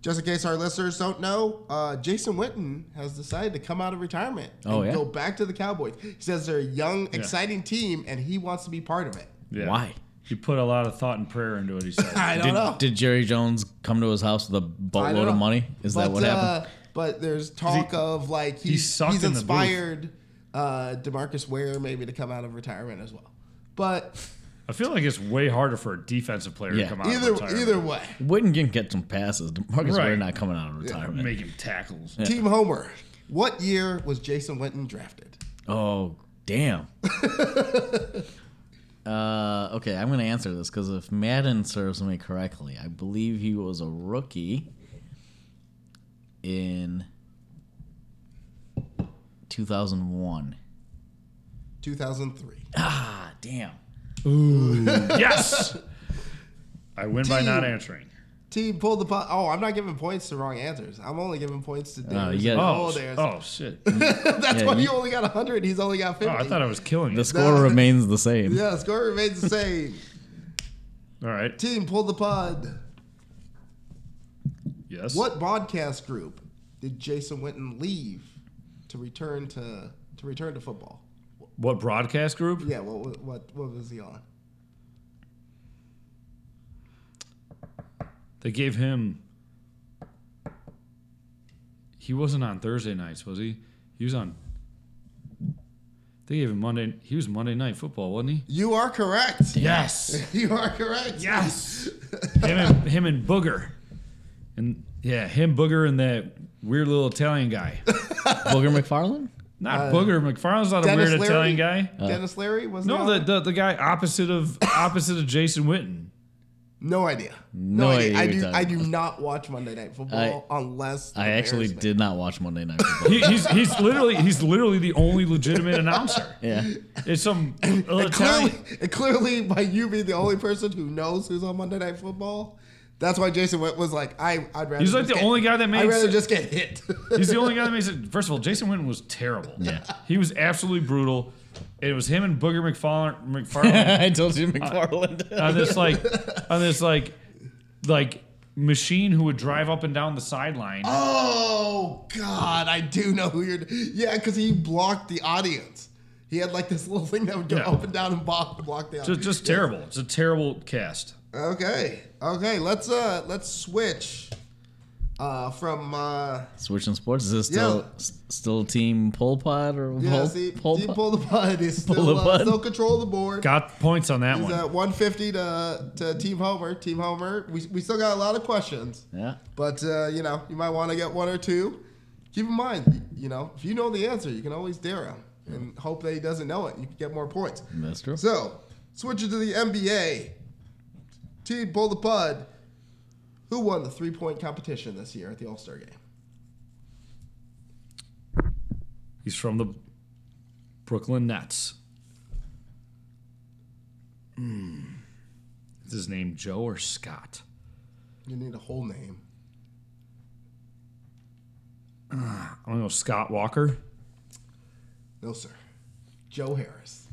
Speaker 2: just in case our listeners don't know, uh, Jason Witten has decided to come out of retirement
Speaker 4: Oh,
Speaker 2: and
Speaker 4: yeah?
Speaker 2: go back to the Cowboys. He says they're a young, exciting team, and he wants to be part of it.
Speaker 3: Yeah.
Speaker 4: Why?
Speaker 3: You put a lot of thought and prayer into it, he said.
Speaker 2: I don't
Speaker 4: Did,
Speaker 2: know.
Speaker 4: did Jerry Jones come to his house with a
Speaker 2: I don't
Speaker 4: boatload of
Speaker 2: know.
Speaker 4: money? Is that
Speaker 2: But,
Speaker 4: what happened?
Speaker 2: uh, but there's talk of like he's,
Speaker 3: sucked
Speaker 2: he's
Speaker 3: in the booth.
Speaker 2: inspired uh, Demarcus Ware maybe to come out of retirement as well. But
Speaker 3: I feel like it's way harder for a defensive player
Speaker 4: Yeah.
Speaker 3: to come out
Speaker 2: Either
Speaker 3: of retirement.
Speaker 2: either way,
Speaker 4: Wouldn't get get some passes. Marcus
Speaker 3: Right.
Speaker 4: Ware not coming out of retirement.
Speaker 3: making tackles.
Speaker 2: Team Homer. What year was Jason Witten drafted?
Speaker 4: Oh, damn. uh, okay, I'm going to answer this because if Madden serves me correctly, I believe he was a rookie in 2001.
Speaker 2: 2003.
Speaker 4: Ah, damn.
Speaker 3: yes. I win by not
Speaker 2: Team.
Speaker 3: answering.
Speaker 2: Team pulled the pot. Oh, I'm not giving points to wrong answers. I'm only giving points to
Speaker 4: Uh,
Speaker 2: Darius
Speaker 4: you
Speaker 2: and
Speaker 4: got-
Speaker 3: Oh,
Speaker 2: old
Speaker 3: sh-
Speaker 2: Ayers.
Speaker 3: oh shit.
Speaker 2: That's
Speaker 4: yeah,
Speaker 2: why
Speaker 4: you-
Speaker 2: you only got 100. He's only got 50.
Speaker 3: Oh, I thought I was killing
Speaker 4: The
Speaker 3: you.
Speaker 4: score
Speaker 2: No.
Speaker 4: remains the same.
Speaker 2: Yeah, score remains the same.
Speaker 3: All right.
Speaker 2: Team pulled the pod.
Speaker 3: Yes.
Speaker 2: What broadcast group did Jason Witten leave to return to to return to football?
Speaker 3: What broadcast group?
Speaker 2: Yeah, what what- what what was he on?
Speaker 3: They gave him. He wasn't on Thursday nights, was he? He was on. They gave him Monday. He was Monday night football, wasn't he?
Speaker 2: You are correct.
Speaker 3: Yes.
Speaker 2: You are correct.
Speaker 3: Yes. him and him and Booger, and yeah, him Booger and that weird little Italian guy.
Speaker 4: Booger McFarlane?
Speaker 3: Not Booger McFarlane's not a
Speaker 2: Uh, Dennis
Speaker 3: weird
Speaker 2: Leary?
Speaker 3: Italian guy.
Speaker 2: Dennis Leary was
Speaker 3: No,
Speaker 2: he
Speaker 3: the,
Speaker 2: on it?
Speaker 3: the the guy opposite of opposite of Jason Witten.
Speaker 2: no idea.
Speaker 4: No idea
Speaker 2: I
Speaker 4: what you're
Speaker 2: do.
Speaker 4: talking
Speaker 2: I do not watch Monday Night Football unless
Speaker 4: I actually
Speaker 2: embarrassment.
Speaker 4: did not watch Monday Night Football.
Speaker 3: He, he's he's literally he's literally the only legitimate announcer.
Speaker 4: yeah.
Speaker 3: It's some little
Speaker 2: And clearly,
Speaker 3: Italian.
Speaker 2: and clearly, by you being the only person who knows who's on Monday Night Football, that's why Jason Witt was like, I, I'd rather.
Speaker 3: He's like
Speaker 2: just
Speaker 3: the
Speaker 2: get-
Speaker 3: only guy that made
Speaker 2: I'd rather
Speaker 3: s-
Speaker 2: just get hit.
Speaker 3: He's the only guy that makes it. First of all, Jason Witten was terrible. Yeah, he was absolutely brutal. It was him and Booger McFarlane, McFarlane
Speaker 4: I told you McFarland.
Speaker 3: on this like on this like like machine who would drive up and down the sideline.
Speaker 2: Oh God, I do know who you're. Yeah, because he blocked the audience. He had like this little thing that would go
Speaker 3: Yeah.
Speaker 2: up and down and block, block the
Speaker 3: just,
Speaker 2: audience.
Speaker 3: just terrible. It's a terrible cast.
Speaker 2: okay, okay. Let's uh let's switch uh from uh
Speaker 4: Switching sports. Is this still
Speaker 2: Yeah.
Speaker 4: s- still team Pol Pot or
Speaker 2: yeah
Speaker 4: Pol,
Speaker 2: see
Speaker 4: Pol
Speaker 2: Dean
Speaker 4: Pot?
Speaker 2: pull the bud is still
Speaker 4: the
Speaker 2: uh,
Speaker 4: bud.
Speaker 2: still control of the board.
Speaker 3: Got points on that
Speaker 2: He's
Speaker 3: one.
Speaker 2: at 150 to to Team Homer. Team Homer. We we still got a lot of questions.
Speaker 4: Yeah.
Speaker 2: But uh, you know, you might want to get one or two. Keep in mind, you know, if you know the answer, you can always dare him and hope that he doesn't know it. You can get more points.
Speaker 4: That's true.
Speaker 2: So, switching to the NBA, team pull the pud. Who won the three-point competition this year at the All-Star game?
Speaker 3: He's from the Brooklyn Nets. Hmm. Is his name Joe or Scott?
Speaker 2: You need a whole name.
Speaker 3: I'm gonna go Scott Walker.
Speaker 2: No, sir. Joe Harris.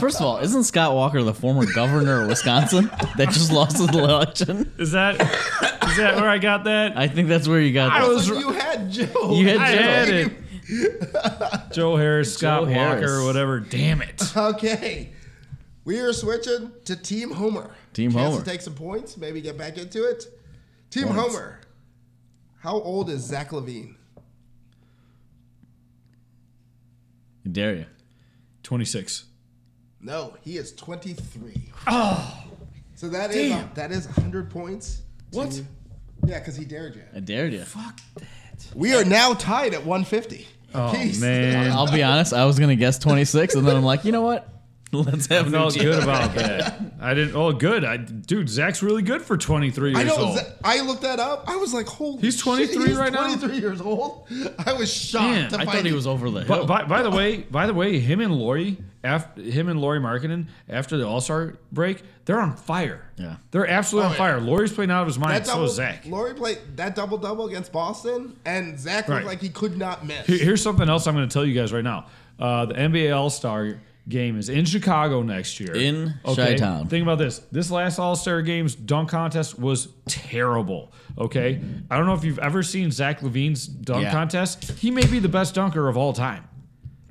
Speaker 4: First of all, isn't Scott Walker the former governor of Wisconsin that just lost his election?
Speaker 3: Is that is that where I got that?
Speaker 4: I think that's where you got that.
Speaker 2: I
Speaker 3: I
Speaker 2: was
Speaker 3: was
Speaker 2: you had Joe.
Speaker 4: You had
Speaker 3: I
Speaker 4: Joe.
Speaker 3: had it. Joe Harris, Scott Walker,
Speaker 4: Harris.
Speaker 3: or whatever. Damn it.
Speaker 2: Okay. We are switching to Team Homer.
Speaker 4: Team
Speaker 2: Chance
Speaker 4: Homer.
Speaker 2: To take some points, maybe get back into it. Team
Speaker 4: Points.
Speaker 2: Homer. How old is Zach Levine?
Speaker 4: dare you.
Speaker 3: 26.
Speaker 2: No, he is 23. Oh. So that is
Speaker 3: Damn.
Speaker 2: that is 100 points.
Speaker 3: What?
Speaker 2: Yeah, because he dared you.
Speaker 4: I dared you.
Speaker 2: We are now tied at 150.
Speaker 3: Oh,
Speaker 2: Jeez.
Speaker 3: man.
Speaker 4: I'll be honest. I was going to guess 26, and then I'm like, you know what? Let's have
Speaker 3: I
Speaker 4: no
Speaker 3: felt good about that. I didn't. Oh, good. I, dude, Zach's really good for 23
Speaker 2: I
Speaker 3: years
Speaker 2: know.
Speaker 3: old.
Speaker 2: Za- I looked that up. I was like, holy.
Speaker 3: He's
Speaker 2: shit,
Speaker 3: 23
Speaker 2: he's
Speaker 3: right now?
Speaker 2: 23 years old. I was shocked.
Speaker 4: Man,
Speaker 2: to
Speaker 4: I
Speaker 2: find
Speaker 4: thought he was over the
Speaker 3: But
Speaker 4: hill.
Speaker 3: by, by the way, by the way, him and Lori, after him and Lori Markkinen, after the All Star break, they're on fire.
Speaker 4: Yeah.
Speaker 3: they're absolutely
Speaker 2: Oh,
Speaker 3: on
Speaker 2: yeah.
Speaker 3: fire. Lori's playing out of his mind. So is Zach.
Speaker 2: Lori played that double double against Boston, and Zach looked
Speaker 3: Right.
Speaker 2: like he could not miss.
Speaker 3: Here- Here's something else I'm going to tell you guys right now. Uh, the NBA All Star game is in Chicago next year.
Speaker 4: In Chi-town.
Speaker 3: Think about this. This last All Star game's dunk contest was terrible. Okay. I don't know if you've ever seen Zach Levine's dunk
Speaker 4: Yeah.
Speaker 3: contest. He may be the best dunker of all time.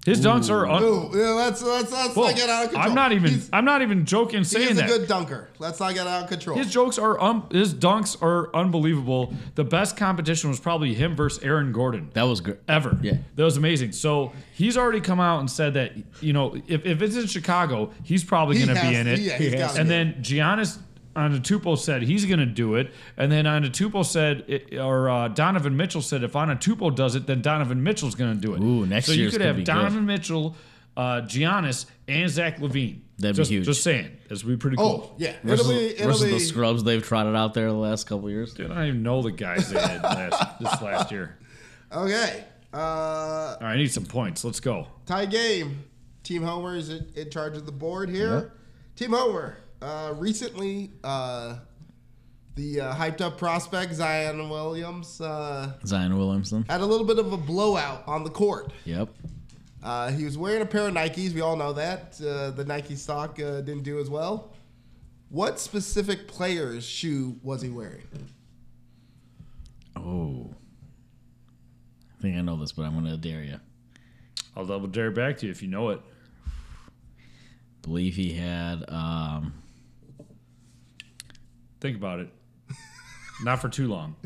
Speaker 3: His dunks are. Un-
Speaker 2: Ooh, yeah, let's let's, let's
Speaker 3: Whoa,
Speaker 2: not get out of control.
Speaker 3: I'm not even.
Speaker 2: He's,
Speaker 3: I'm not even joking
Speaker 2: he
Speaker 3: saying
Speaker 2: is a
Speaker 3: that.
Speaker 2: good dunker. Let's not get out of control.
Speaker 3: his jokes are. Um, his dunks are unbelievable. The best competition was probably him versus Aaron Gordon.
Speaker 4: That was good.
Speaker 3: ever.
Speaker 4: Yeah.
Speaker 3: That was amazing. So he's already come out and said that, you know, if, if it's in Chicago, he's probably
Speaker 2: He
Speaker 3: going to be
Speaker 2: has-
Speaker 3: in it.
Speaker 2: yeah, he's He has gotta to.
Speaker 3: and then Giannis Antetokounmpo said he's going to do it. And then Antetokounmpo said, it- or uh, Donovan Mitchell said, if Antetokounmpo does it, then Donovan Mitchell's going to do it.
Speaker 4: Ooh, next
Speaker 3: So you
Speaker 4: year's
Speaker 3: could
Speaker 4: gonna
Speaker 3: have
Speaker 4: be good.
Speaker 3: Donovan Mitchell, uh, Giannis, and Zach Levine.
Speaker 4: That'd be
Speaker 3: just,
Speaker 4: huge.
Speaker 3: Just saying. That's would be pretty
Speaker 2: oh
Speaker 3: cool.
Speaker 2: yeah,
Speaker 4: Versus,
Speaker 2: it'll be it'll
Speaker 4: versus
Speaker 2: be
Speaker 4: the scrubs they've trotted out there the last couple years.
Speaker 3: Dude, I don't even know the guys they had last, this last year.
Speaker 2: okay. Uh,
Speaker 3: All right, I need some points. Let's go.
Speaker 2: tie game. Team Homer is in, in charge of the board here. Team Homer. Uh, recently, uh, the uh, hyped up prospect Zion Williams uh,
Speaker 4: Zion Williamson.
Speaker 2: had a little bit of a blowout on the court.
Speaker 4: Yep.
Speaker 2: Uh, he was wearing a pair of Nikes. We all know that. Uh, the Nike stock uh, didn't do as well. What specific player's shoe was he wearing?
Speaker 4: Oh. I think I know this, but I'm gonna dare you.
Speaker 3: I'll double dare back to you if you know it.
Speaker 4: Believe he had um
Speaker 3: Think about it. Not for too long.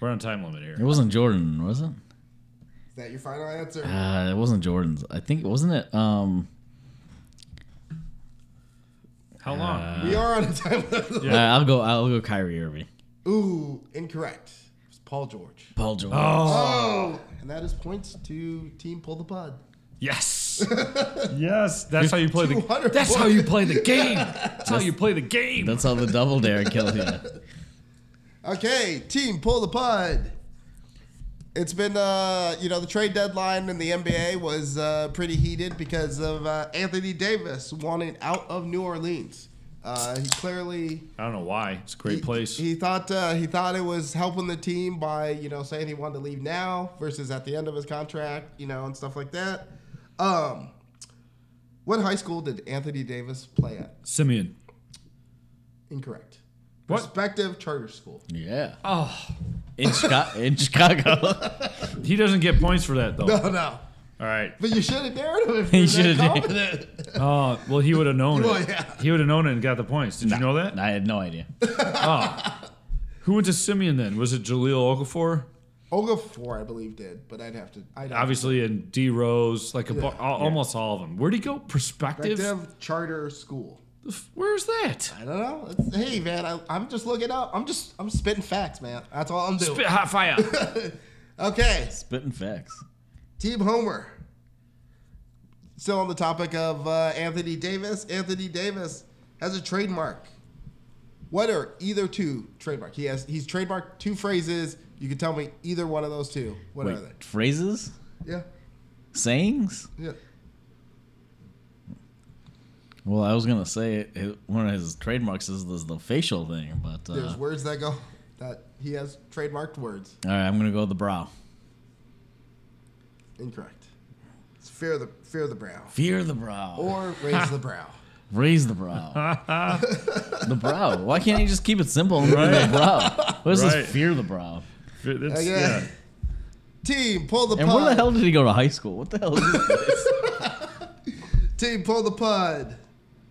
Speaker 3: We're on a time limit
Speaker 4: it
Speaker 3: here.
Speaker 4: wasn't Jordan, was it?
Speaker 2: Is that your final answer?
Speaker 4: Uh, it wasn't Jordan's. I think wasn't it um
Speaker 3: How long?
Speaker 2: we are on a time limit.
Speaker 4: uh, I'll go I'll go Kyrie Irving.
Speaker 2: Ooh, incorrect. It's Paul George.
Speaker 4: Paul George.
Speaker 2: Oh, and that is points to team pull the pod.
Speaker 3: yes. yes. That's how you play the
Speaker 2: 200
Speaker 3: That's how you play the game. That's how you play the game.
Speaker 4: That's how the double dare killed you.
Speaker 2: Okay, team pull the pod. It's been, uh, you know, the trade deadline in the NBA was uh, pretty heated because of uh, Anthony Davis wanting out of New Orleans. Uh, he clearly
Speaker 3: I don't know why. It's a great
Speaker 2: he-
Speaker 3: place.
Speaker 2: He thought uh, he thought it was helping the team by you know saying he wanted to leave now versus at the end of his contract, you know, and stuff like that. Um, what high school did Anthony Davis play at?
Speaker 3: Simeon.
Speaker 2: Incorrect.
Speaker 3: What?
Speaker 2: Prospective charter school.
Speaker 4: Yeah.
Speaker 3: Oh.
Speaker 4: In, Chica- in Chicago.
Speaker 3: He doesn't get points for that though.
Speaker 2: No, no.
Speaker 3: All right.
Speaker 2: But you should have dared him if
Speaker 4: You
Speaker 2: you should
Speaker 4: should've
Speaker 2: have
Speaker 4: dared.
Speaker 2: confident.
Speaker 3: Oh, well he would have known
Speaker 2: Well,
Speaker 3: it.
Speaker 2: yeah.
Speaker 3: He would have known it and got the points. Did you know that? Oh.
Speaker 4: I had no idea.
Speaker 3: Who went to Simeon then? Was it Jaleel Okafor?
Speaker 2: Okafor, I believe, did, but I'd have to. I'd have
Speaker 3: Obviously, and D Rose, like a bu- al- almost all of them. Where'd he go?
Speaker 2: to- Like,
Speaker 3: Perspective.
Speaker 2: they have charter school.
Speaker 3: Where's that?
Speaker 2: I don't know. It's, hey, man, I, I'm just looking up. I'm just I'm spitting facts, man. That's all I'm doing.
Speaker 3: Spit hot fire.
Speaker 2: okay,
Speaker 4: Spitting facts.
Speaker 2: Team Homer. Still on the topic of uh, Anthony Davis. Anthony Davis has a trademark. What are either two trademark? He has he's trademarked two phrases. You can tell me either one of those two. What
Speaker 4: Wait,
Speaker 2: are they?
Speaker 4: phrases?
Speaker 2: Yeah,
Speaker 4: Sayings?
Speaker 2: yeah.
Speaker 4: Well, I was gonna say it, it- one of his trademarks is the, the facial thing, but uh,
Speaker 2: There's words that go that he has trademarked words.
Speaker 4: all right, I'm gonna go with the brow.
Speaker 2: Incorrect. It's fear the fear the brow
Speaker 4: Fear the brow.
Speaker 2: or raise the brow.
Speaker 4: Raise the brow. the brow. Why can't you just keep it simple and raise the brow? What is
Speaker 3: Right.
Speaker 4: this fear the brow?
Speaker 3: That's-
Speaker 2: Okay.
Speaker 3: yeah.
Speaker 2: Team pull the
Speaker 4: And
Speaker 2: pod.
Speaker 4: where the hell did he go to high school? What the hell is this?
Speaker 2: Team pull the pod.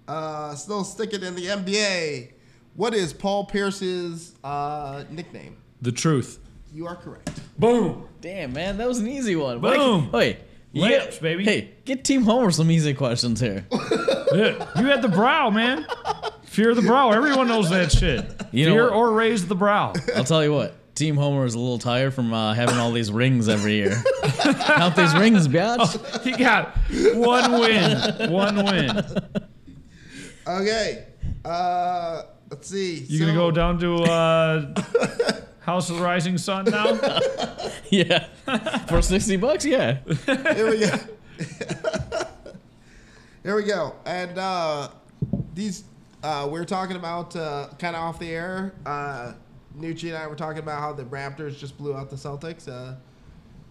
Speaker 2: Uh, still sticking in the NBA. What is Paul Pierce's uh, nickname?
Speaker 3: The truth.
Speaker 2: You are correct.
Speaker 3: Boom.
Speaker 4: Damn, man, that was an easy one. Why-
Speaker 3: Boom.
Speaker 4: Wait. you
Speaker 3: Layups,
Speaker 4: get-
Speaker 3: baby.
Speaker 4: Hey, get Team Homer some easy questions here.
Speaker 3: you had the brow, man. Fear the brow. Everyone knows that shit.
Speaker 4: You know
Speaker 3: Fear
Speaker 4: what?
Speaker 3: or raise the brow.
Speaker 4: I'll tell you what. Team Homer is a little tired from uh, having all these rings every year. Count these rings, bitch.
Speaker 3: He got one win. One win.
Speaker 2: Okay. Uh, let's see.
Speaker 3: You gonna go down to uh, House of the Rising Sun now?
Speaker 4: Yeah. For 60 bucks, yeah.
Speaker 2: down? Here we go. here we go. And uh, these, uh, we are talking about uh, kind of off the air. Uh, Nucci and I were talking about how the Raptors just blew out the Celtics. Uh,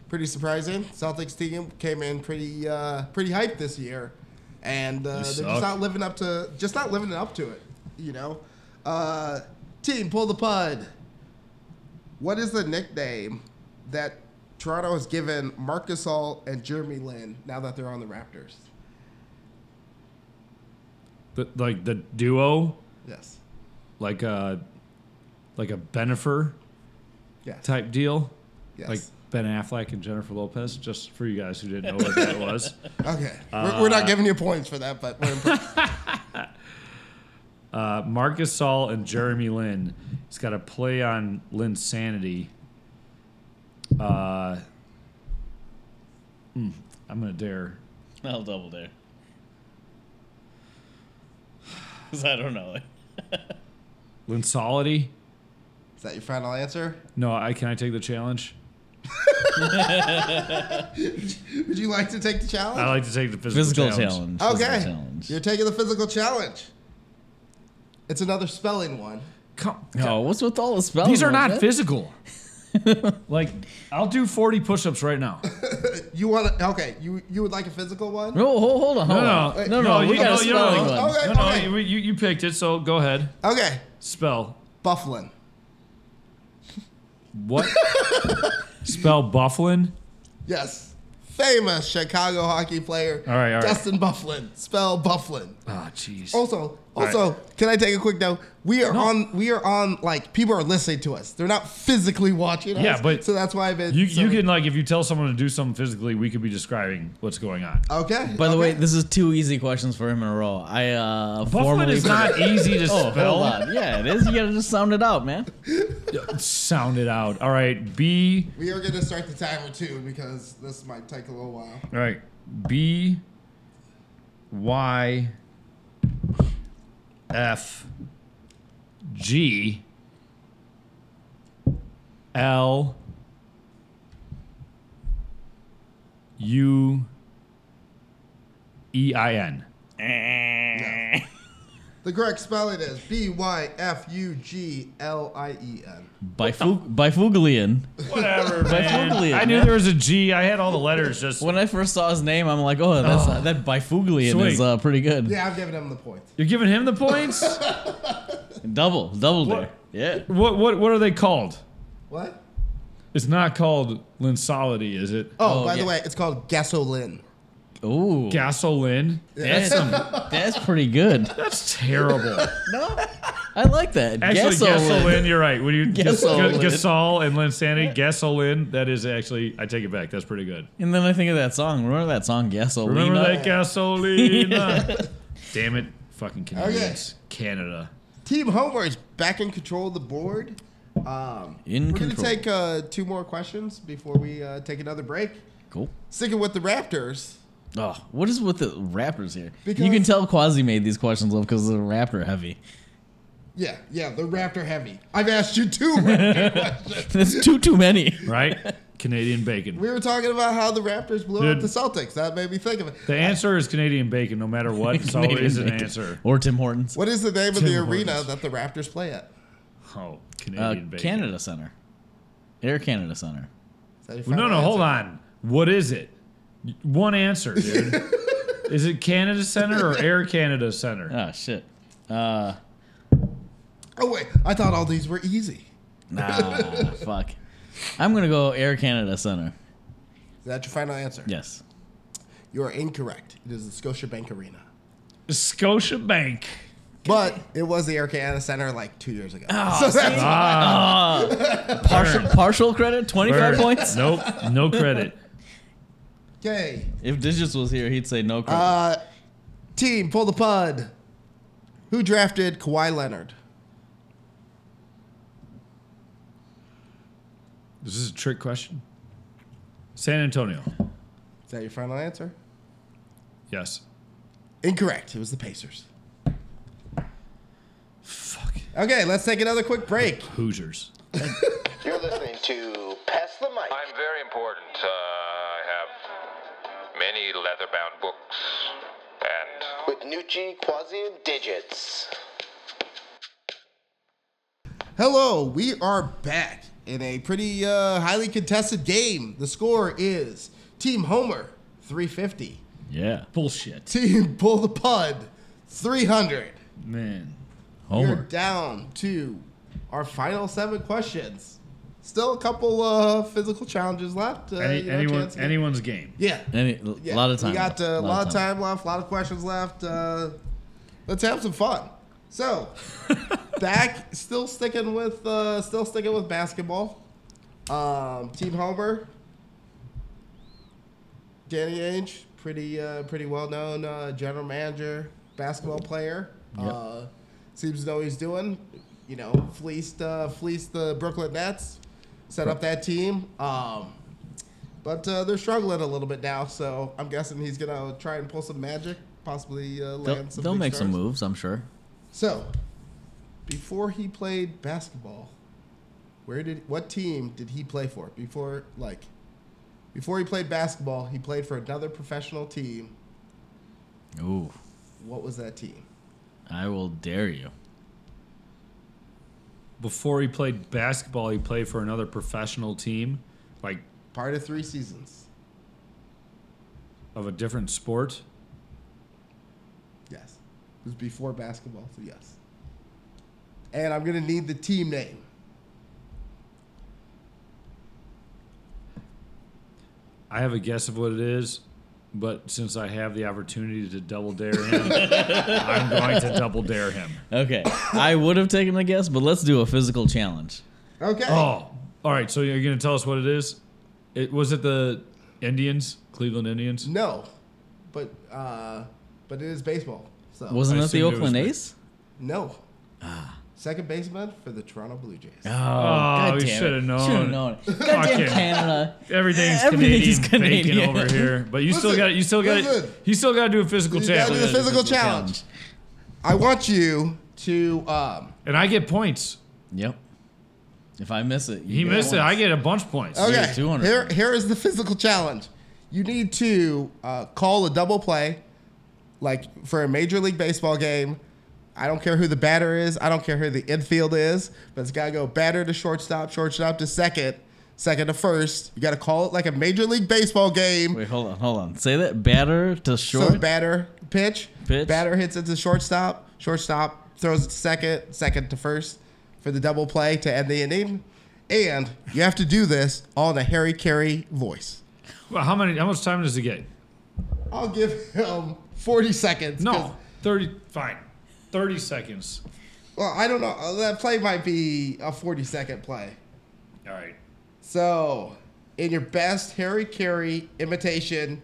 Speaker 2: pretty surprising. Celtics team came in pretty uh, pretty hyped this year, and uh, they're
Speaker 3: suck.
Speaker 2: just not living up to just not living up to it. You know, uh, team pull the pud. What is the nickname that Toronto has given Marcus All and Jeremy Lin now that they're on the Raptors.
Speaker 3: The, like the duo,
Speaker 2: Yes.
Speaker 3: like a like a Benifer
Speaker 2: Yes.
Speaker 3: type deal,
Speaker 2: yes.
Speaker 3: like Ben Affleck and Jennifer Lopez. Just for you guys who didn't know what that was.
Speaker 2: okay. we're, we're not giving you points for that, but we're impressed.
Speaker 3: Uh, Marcus Saul and Jeremy Lin. He's got a play on Lin's sanity. Uh, hmm, I'm gonna dare.
Speaker 4: I'll double dare. Cause I don't know.
Speaker 3: Linsolity?
Speaker 2: Is that your final answer?
Speaker 3: No, I can I take the challenge?
Speaker 2: Would you like to take the challenge?
Speaker 3: I like to take the physical,
Speaker 4: Physical challenge.
Speaker 2: okay.
Speaker 4: Physical challenge.
Speaker 2: You're taking the physical challenge. It's another spelling one.
Speaker 3: Come,
Speaker 4: No, Oh, what's with all the spells?
Speaker 3: These are not
Speaker 4: man?
Speaker 3: physical. like, I'll do 40 push ups right
Speaker 4: Oh,
Speaker 3: now.
Speaker 2: You want to? Okay. You you would like a physical one?
Speaker 4: No, hold, hold on, hold
Speaker 3: No,
Speaker 4: on.
Speaker 3: no.
Speaker 4: no,
Speaker 3: No,
Speaker 4: no, we
Speaker 3: you-
Speaker 4: got
Speaker 3: no,
Speaker 4: a
Speaker 3: you don't.
Speaker 4: spelling one.
Speaker 2: Okay.
Speaker 3: No, no, you, you, you picked it, so go ahead.
Speaker 2: Okay.
Speaker 3: Spell.
Speaker 2: Bufflin.
Speaker 3: What? Spell Bufflin?
Speaker 2: Yes. Famous Chicago hockey player.
Speaker 3: All right, all right.
Speaker 2: Dustin Bufflin. Spell Bufflin.
Speaker 3: Ah, jeez.
Speaker 2: Also, also, can I take a quick note? We are on. We are on. Like people are listening to us. They're not physically watching us.
Speaker 3: Yeah, but
Speaker 2: so that's why I've been.
Speaker 3: You,
Speaker 2: so-
Speaker 3: you can, like, if you tell someone to do something physically, we could be describing what's going on.
Speaker 2: Okay.
Speaker 4: By the way,
Speaker 2: okay.
Speaker 4: this is two easy questions for him in a row. I uh
Speaker 3: Bufflin
Speaker 4: formally
Speaker 3: is not easy to
Speaker 4: Oh,
Speaker 3: spell.
Speaker 4: hold on. Yeah, it is. You gotta just sound it out, man.
Speaker 3: Sound it out. All right. B.
Speaker 2: we are gonna start the timer too because this might take a little while.
Speaker 3: All right. B Y F G L U E I N.
Speaker 2: The correct spelling is B Y F U G L I E N.
Speaker 4: Bifug- Bifuglian.
Speaker 3: Whatever,
Speaker 4: Bifuglian.
Speaker 3: I knew
Speaker 4: man.
Speaker 3: there was a G. I had all the letters just.
Speaker 4: When I first saw his name, I'm like, oh, that's, that Bifuglian
Speaker 3: Sweet.
Speaker 4: is uh, pretty good.
Speaker 2: Yeah, I'm giving him the point.
Speaker 3: You're giving him the points?
Speaker 4: Double, double
Speaker 3: What?
Speaker 4: dare. Yeah.
Speaker 3: what, what, what are they called?
Speaker 2: What?
Speaker 3: It's not called Linsolity, is it?
Speaker 2: Oh,
Speaker 4: Oh,
Speaker 2: by
Speaker 4: yeah.
Speaker 2: the way, it's called gasoline.
Speaker 4: Ooh.
Speaker 3: Gasolin?
Speaker 4: That's, that's pretty good.
Speaker 3: That's terrible.
Speaker 4: No, I like that.
Speaker 3: Actually,
Speaker 4: Gasolin.
Speaker 3: Gasolin, you're right. When you
Speaker 4: Gasolin.
Speaker 3: Gasol, Gasol and Linsanity, Gasolin, that is actually, I take it back. That's pretty good.
Speaker 4: And then I think of that song. Remember that song, Gasolina?
Speaker 3: Remember that Gasolina? Damn it, fucking Canadians, Canada.
Speaker 2: Team Homer is back in control of the board. Um,
Speaker 4: In
Speaker 2: we're
Speaker 4: control.
Speaker 2: gonna take uh, two more questions before we uh, take another break.
Speaker 4: Cool.
Speaker 2: Sticking with the Raptors.
Speaker 4: Oh, what is with the Raptors here?
Speaker 2: Because-
Speaker 4: you can tell Quasi made these questions up because they're Raptor heavy.
Speaker 2: Yeah, yeah, the Raptor heavy. I've asked you two. Raptor questions.
Speaker 4: That's too too many.
Speaker 3: Right? Canadian bacon.
Speaker 2: We were talking about how the Raptors blew
Speaker 3: Dude.
Speaker 2: up the Celtics. That made me think of it.
Speaker 3: The answer is Canadian bacon, no matter what. It's always an
Speaker 4: Canadian
Speaker 3: answer.
Speaker 4: Or Tim Hortons.
Speaker 2: What is the name of
Speaker 3: Tim
Speaker 2: the arena
Speaker 3: Hortons.
Speaker 2: that the Raptors play at?
Speaker 3: Oh,
Speaker 4: Uh,
Speaker 3: Canadian bacon.
Speaker 4: Canada Center. Air Canada Center.
Speaker 2: Is that your
Speaker 3: No,
Speaker 2: final
Speaker 3: no, hold
Speaker 2: answer?
Speaker 3: on. What is it? One answer, dude. is it Canada Center or Air Canada Center?
Speaker 4: Oh shit. Uh,
Speaker 2: Oh wait, I thought all these were easy.
Speaker 3: Ah,
Speaker 4: nah, fuck. I'm gonna go Air Canada Center.
Speaker 2: Is that your final answer?
Speaker 4: Yes.
Speaker 2: You are incorrect. It is the Scotiabank Arena.
Speaker 3: Scotia Bank.
Speaker 2: But it was the Air Canada Center like two years ago. so that's
Speaker 3: Ah,
Speaker 4: Partial partial credit, 25
Speaker 3: Burn.
Speaker 4: points.
Speaker 3: nope, no credit.
Speaker 2: okay.
Speaker 4: If Digits was here, he'd say no credit.
Speaker 2: Uh, team, pull the pud. Who drafted Kawhi Leonard?
Speaker 3: Is this a trick question? San Antonio.
Speaker 2: Is that your final answer?
Speaker 3: Yes.
Speaker 2: Incorrect. It was the Pacers.
Speaker 3: Fuck.
Speaker 2: Okay, let's take another quick break.
Speaker 3: Hoosiers.
Speaker 1: You're listening to Pass the Mic.
Speaker 5: I'm very important. Uh, I have many leather bound books and.
Speaker 1: with Nucci, Quasi, and Digits.
Speaker 2: Hello, we are back in a pretty uh, highly contested game. The score is Team Homer 350,
Speaker 4: yeah.
Speaker 3: Bullshit.
Speaker 2: Team Pull the Pud 300.
Speaker 3: Man.
Speaker 2: We're
Speaker 4: Homer.
Speaker 2: down to our final seven questions. still a couple uh, physical challenges left. Uh,
Speaker 3: Any,
Speaker 2: you know,
Speaker 3: anyone,
Speaker 2: chance to get-
Speaker 3: anyone's game.
Speaker 2: Yeah.
Speaker 4: Any,
Speaker 2: yeah.
Speaker 4: lot of time.
Speaker 2: We got uh, a lot of time left, a lot of questions left. Uh, let's have some fun. So, back still sticking with uh, still sticking with basketball. Um, Team Homer, Danny Ainge, pretty uh, pretty well known uh, general manager, basketball player.
Speaker 4: Yep.
Speaker 2: Uh, seems to know what he's doing. You know, fleeced uh, fleeced the Brooklyn Nets, set up that team. Um, but uh, they're struggling a little bit now, so I'm guessing he's gonna try and pull some magic, possibly uh, land
Speaker 4: They'll,
Speaker 2: some.
Speaker 4: they'll
Speaker 2: big
Speaker 4: make some
Speaker 2: stars.
Speaker 4: moves, I'm sure.
Speaker 2: So, before he played basketball, where did what team did he play for? Before like, before he played basketball, he played for another professional team.
Speaker 4: Ooh,
Speaker 2: What was that team?
Speaker 4: I will dare you.
Speaker 3: Before he played basketball, he played for another professional team, like
Speaker 2: Part of three seasons.
Speaker 3: of a different sport.
Speaker 2: Yes, it was before basketball, so yes. And I'm gonna need the team name.
Speaker 3: I have a guess of what it is, but since I have the opportunity to double dare him, I'm going to double dare him.
Speaker 4: Okay, I would have taken a guess, but let's do a physical challenge.
Speaker 2: Okay.
Speaker 3: Oh, all right. So you're going to tell us what it is? It was it the Indians, Cleveland
Speaker 4: Oh,
Speaker 3: Indians?
Speaker 2: No, but uh, but it is baseball. So
Speaker 4: Wasn't
Speaker 3: I
Speaker 4: that the
Speaker 3: assumed it was
Speaker 4: Oakland
Speaker 3: me.
Speaker 4: A's?
Speaker 2: no. Second baseman for the Toronto Blue Jays.
Speaker 4: Oh, God
Speaker 3: we
Speaker 4: damn it.
Speaker 3: should've known.
Speaker 4: Should've known. Goddamn
Speaker 3: Fucking-
Speaker 4: Canada.
Speaker 3: Everything's,
Speaker 4: Everything's
Speaker 3: Canadian,
Speaker 4: Canadian.
Speaker 3: bacon over here, but you still
Speaker 2: Listen,
Speaker 3: got you still got
Speaker 2: listen.
Speaker 3: you still got to do a physical
Speaker 2: You gotta do
Speaker 3: challenge,
Speaker 2: the physical challenge. I want you to um,
Speaker 3: and I get points.
Speaker 4: Yep. If I miss it, you
Speaker 3: He
Speaker 4: get
Speaker 3: missed it.
Speaker 4: points.
Speaker 3: I get a bunch of points.
Speaker 2: Okay.
Speaker 4: 200.
Speaker 2: Here, here is the physical challenge. You need to uh, call a double play, like for a major league baseball game. I don't care who the batter is. I don't care who the infield is. But it's gotta go batter to shortstop, shortstop to second, second to first. You gotta call it like a major league baseball game.
Speaker 4: Wait, hold on, hold on. Say that batter to
Speaker 2: So
Speaker 4: short.
Speaker 2: batter pitch,
Speaker 4: Pitch.
Speaker 2: batter hits it to shortstop, shortstop throws it to second, second to first for the double play to end the inning. And you have to do this all in a Harry Carey voice.
Speaker 3: Well, how many? How much time does he get?
Speaker 2: I'll give him 40 seconds. 'cause-
Speaker 3: No, thirty. Fine, thirty seconds.
Speaker 2: Well, I don't know. Uh, That play might be a 40 second play.
Speaker 3: All right.
Speaker 2: So, in your best Harry Carey imitation,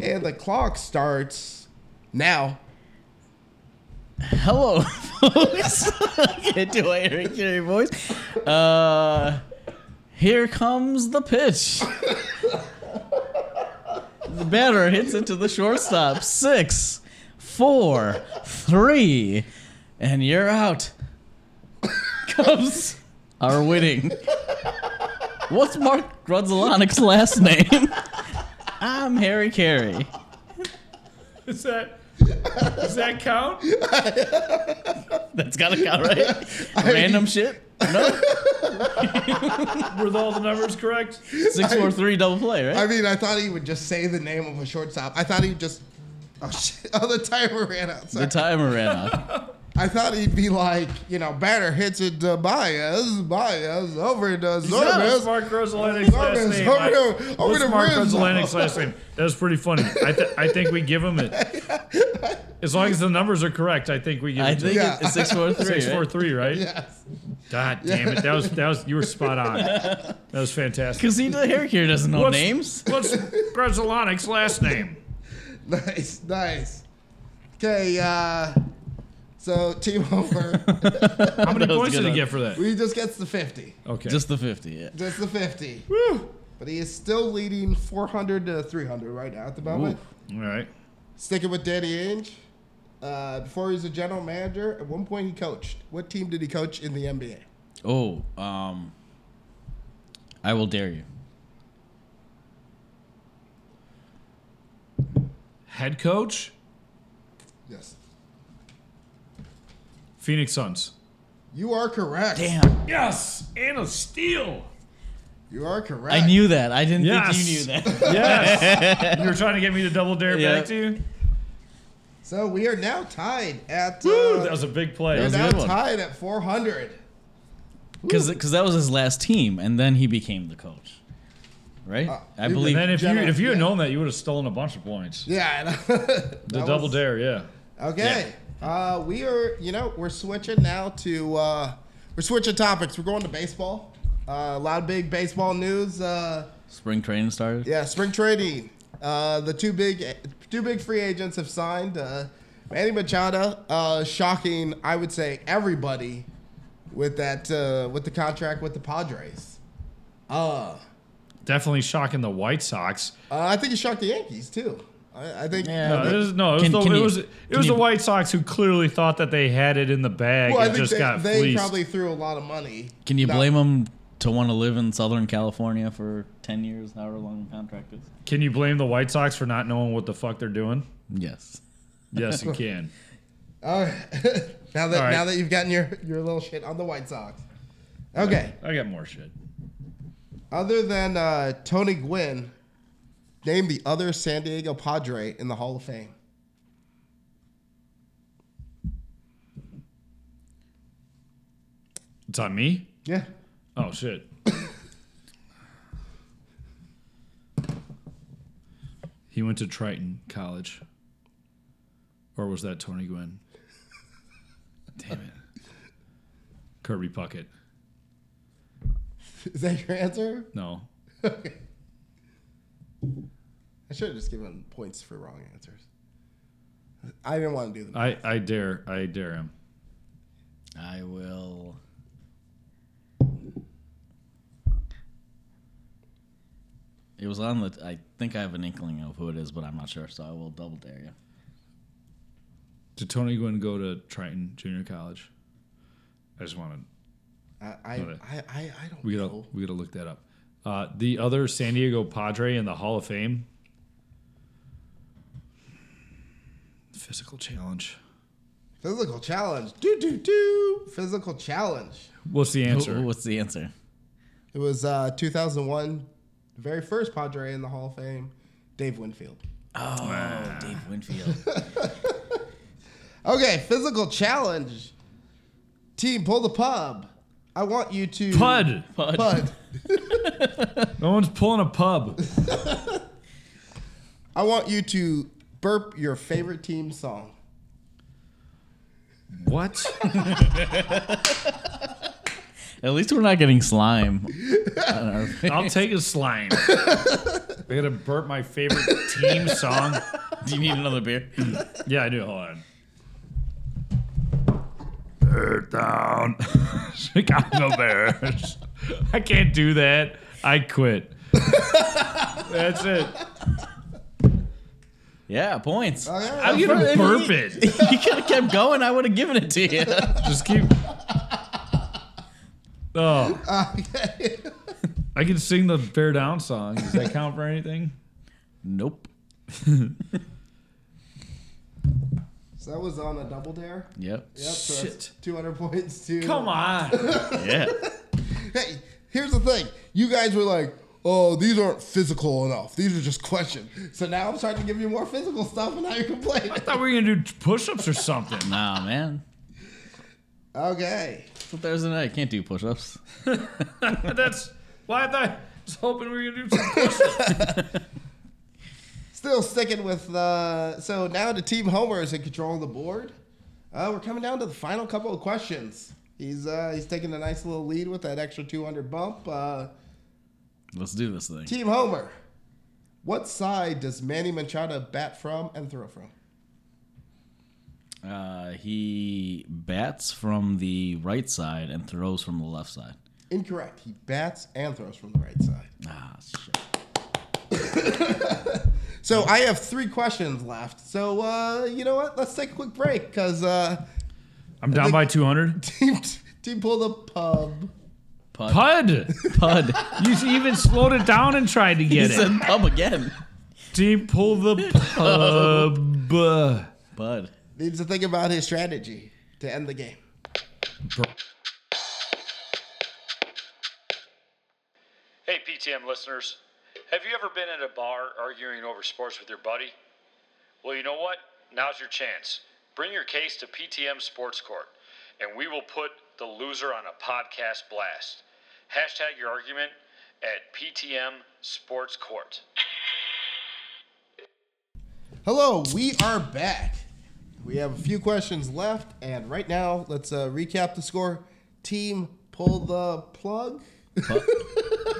Speaker 2: and the clock starts now.
Speaker 4: Hello, folks. Can't do a Harry Carey voice. Uh, here comes the pitch. the batter hits it to the shortstop. Six, four, three, and you're out. Cubs are winning. What's Mark Grudzelonic's last name? I'm Harry Carey.
Speaker 3: Is that? Does that count?
Speaker 4: That's gotta count, right? Random shit. No.
Speaker 3: Were all the numbers correct?
Speaker 4: Six four three double play, right?
Speaker 2: I mean, I thought he would just say the name of a shortstop. I thought he'd just. Oh, shit. Oh, the timer ran out.
Speaker 4: the
Speaker 2: Sorry.
Speaker 4: timer ran out.
Speaker 2: I thought he'd be like, you know, batter hits it to Baez, Baez, over to
Speaker 3: That's
Speaker 2: Zorbis.
Speaker 3: Mark Groselanik's last
Speaker 2: Zorba's
Speaker 3: name.
Speaker 2: over
Speaker 3: I-
Speaker 2: to- over
Speaker 3: What's
Speaker 2: to
Speaker 3: Mark
Speaker 2: Rizzo.
Speaker 3: Groselanik's last name? That was pretty funny. I, th- I think we give him it. As long as the numbers are correct, I think we give
Speaker 4: I
Speaker 3: it.
Speaker 4: think
Speaker 2: Yeah.
Speaker 4: it's six four three.
Speaker 3: Six four three, right?
Speaker 2: Yes.
Speaker 3: God damn it! That was that was you were spot on. That was fantastic.
Speaker 4: Because he the hair care doesn't know
Speaker 3: What's-
Speaker 4: names.
Speaker 3: What's Groselanik's last name?
Speaker 2: Nice, nice. Okay, uh, so team over.
Speaker 3: How many
Speaker 4: That was
Speaker 3: points
Speaker 4: good
Speaker 3: did he
Speaker 4: one.
Speaker 3: get for that?
Speaker 2: he just gets the 50.
Speaker 3: Okay.
Speaker 4: Just the fifty. Yeah.
Speaker 2: Just the 50. But he is still leading 400 to 300 right now at the moment.
Speaker 3: all right.
Speaker 2: Sticking with Danny Ainge. Uh, before he was a general manager, at one point he coached. What team did he coach in the NBA?
Speaker 4: Oh, um, I will dare you.
Speaker 3: Head coach,
Speaker 2: Yes.
Speaker 3: Phoenix Suns.
Speaker 2: You are correct.
Speaker 4: Damn,
Speaker 3: Yes, and a steal.
Speaker 2: You are correct.
Speaker 4: I knew that. I didn't
Speaker 3: Yes.
Speaker 4: think you knew that.
Speaker 3: Yes, you were trying to get me to double dare
Speaker 4: Yeah.
Speaker 3: back to you.
Speaker 2: So we are now tied at.
Speaker 3: Woo,
Speaker 2: uh,
Speaker 3: that was a big play.
Speaker 4: That
Speaker 2: we're
Speaker 4: was a
Speaker 2: now
Speaker 4: good one.
Speaker 2: tied at 400.
Speaker 4: because that was his last team, and then he became the coach, right? I
Speaker 2: and
Speaker 4: believe.
Speaker 3: And if Uh, you
Speaker 2: Jenna,
Speaker 3: if you had
Speaker 2: yeah.
Speaker 3: known that, you would have stolen a bunch of points.
Speaker 2: Yeah.
Speaker 3: The double dare, yeah.
Speaker 2: Okay. Uh, we are, you know, we're switching now to, uh, we're switching topics. We're going to baseball. Uh, a lot of big baseball news. Uh,
Speaker 4: spring training started.
Speaker 2: yeah, spring trading. Uh, the two big, two big free agents have signed. Uh, Manny Machado, uh, shocking, I would say, everybody with that, uh, with the contract with the Padres. Uh,
Speaker 3: Definitely shocking the White Sox.
Speaker 2: uh, I think he shocked the Yankees too. I, I think.
Speaker 4: Yeah.
Speaker 3: No,
Speaker 4: but-
Speaker 3: this is- no, it was,
Speaker 4: Can-
Speaker 3: the,
Speaker 4: can
Speaker 3: it
Speaker 4: you-
Speaker 3: was, it
Speaker 4: can
Speaker 3: was
Speaker 4: you-
Speaker 3: the White Sox who clearly thought that they had it in the bag
Speaker 2: Well, I
Speaker 3: and
Speaker 2: think
Speaker 3: just
Speaker 2: they,
Speaker 3: got
Speaker 2: they
Speaker 3: fleeced.
Speaker 2: probably threw a lot of money.
Speaker 4: Can you
Speaker 2: No.
Speaker 4: blame him to want to live in Southern California for ten years, however long the contract is?
Speaker 3: Can you blame the White Sox for not knowing what the fuck they're doing?
Speaker 4: Yes.
Speaker 3: Yes, you can.
Speaker 2: All right. Uh, now that
Speaker 3: All right.
Speaker 2: now that you've gotten your your little shit on the White Sox. Okay.
Speaker 3: I got more shit.
Speaker 2: Other than uh, Tony Gwynn, name the other San Diego Padre in the Hall of Fame.
Speaker 3: It's on me.
Speaker 2: Yeah.
Speaker 3: Oh shit. he went to Triton College. Or was that Tony Gwynn? Damn it. Kirby Puckett.
Speaker 2: Is that your answer?
Speaker 3: No.
Speaker 2: I should have just given points for wrong answers. I didn't want to do that.
Speaker 3: I, I dare I dare him.
Speaker 4: I will. It was on the. I think I have an inkling of who it is, but I'm not sure, so I will double dare you.
Speaker 3: Did Tony Gwynn go to Triton Junior College? I just wanted
Speaker 2: I I,
Speaker 3: Okay.
Speaker 2: I, I, I don't
Speaker 3: we gotta
Speaker 2: know.
Speaker 3: we gotta look that up. Uh, the other San Diego Padre in the Hall of Fame. Physical challenge.
Speaker 2: Physical challenge. Do do do. Physical challenge.
Speaker 3: What's the
Speaker 4: Who-
Speaker 3: answer?
Speaker 4: what's the answer?
Speaker 2: It was uh, 2001, the very first Padre in the Hall of Fame, Dave Winfield.
Speaker 4: Oh, Dave Winfield.
Speaker 2: Okay, physical challenge. Team, pull the pub. I want you to
Speaker 3: Pud.
Speaker 4: Pud.
Speaker 2: Pud.
Speaker 3: No one's pulling a pub.
Speaker 2: I want you to burp your favorite team song.
Speaker 3: What?
Speaker 4: At least we're not getting slime. on our face.
Speaker 3: I'll take a slime. I gotta burp my favorite team song.
Speaker 4: Do you need another beer?
Speaker 3: Yeah, I do. Hold on. Third down. Chicago Bears. I can't do that. I quit. That's it.
Speaker 4: Oh, Yeah, points.
Speaker 2: Okay.
Speaker 3: I'm gonna burp it.
Speaker 4: you could have kept going. I would have given it to you.
Speaker 3: Just keep. Oh, I can sing the Bear Down song. Does that count for anything?
Speaker 4: nope.
Speaker 2: So that was on a double dare.
Speaker 4: Yep.
Speaker 2: Yep, so that's
Speaker 3: Shit.
Speaker 2: 200 points to.
Speaker 3: Come on.
Speaker 4: Yeah.
Speaker 2: Hey, here's the thing. You guys were like, oh, these aren't physical enough. These are just questions. So now I'm starting to give you more physical stuff, and now you're complaining.
Speaker 3: I thought we were gonna do push-ups or something.
Speaker 4: Nah, man.
Speaker 2: Okay.
Speaker 4: It's a Thursday night. Can't do push-ups.
Speaker 3: That's why I thought. I was hoping we were gonna do. Some-
Speaker 2: Still sticking with uh, so now the team Homer is in control of the board. Uh, we're coming down to the final couple of questions. He's uh, he's taking a nice little lead with that extra 200 bump. Uh,
Speaker 4: Let's do this thing.
Speaker 2: team Homer, what side does Manny Machado bat from and throw from?
Speaker 4: Uh, he bats from the right side and throws from the left side.
Speaker 2: Incorrect. He bats and throws from the right side.
Speaker 4: Ah, shit.
Speaker 2: So I have three questions left. So uh, you know what? Let's take a quick break because uh,
Speaker 3: I'm down by 200.
Speaker 2: team team pull the pub.
Speaker 4: Pud. Pud.
Speaker 3: Pud. You even slowed it down and tried to
Speaker 4: He
Speaker 3: get it.
Speaker 4: said pub again.
Speaker 3: Team pull the pub.
Speaker 4: Pud.
Speaker 2: Needs to think about his strategy to end the game.
Speaker 7: Hey, PTM listeners. Have you ever been at a bar arguing over sports with your buddy? Well, you know what? Now's your chance. Bring your case to PTM Sports Court, and we will put the loser on a podcast blast. Hashtag your argument at PTM Sports Court.
Speaker 2: Hello, we are back. We have a few questions left, and right now, let's uh, recap the score. Team, pull the plug.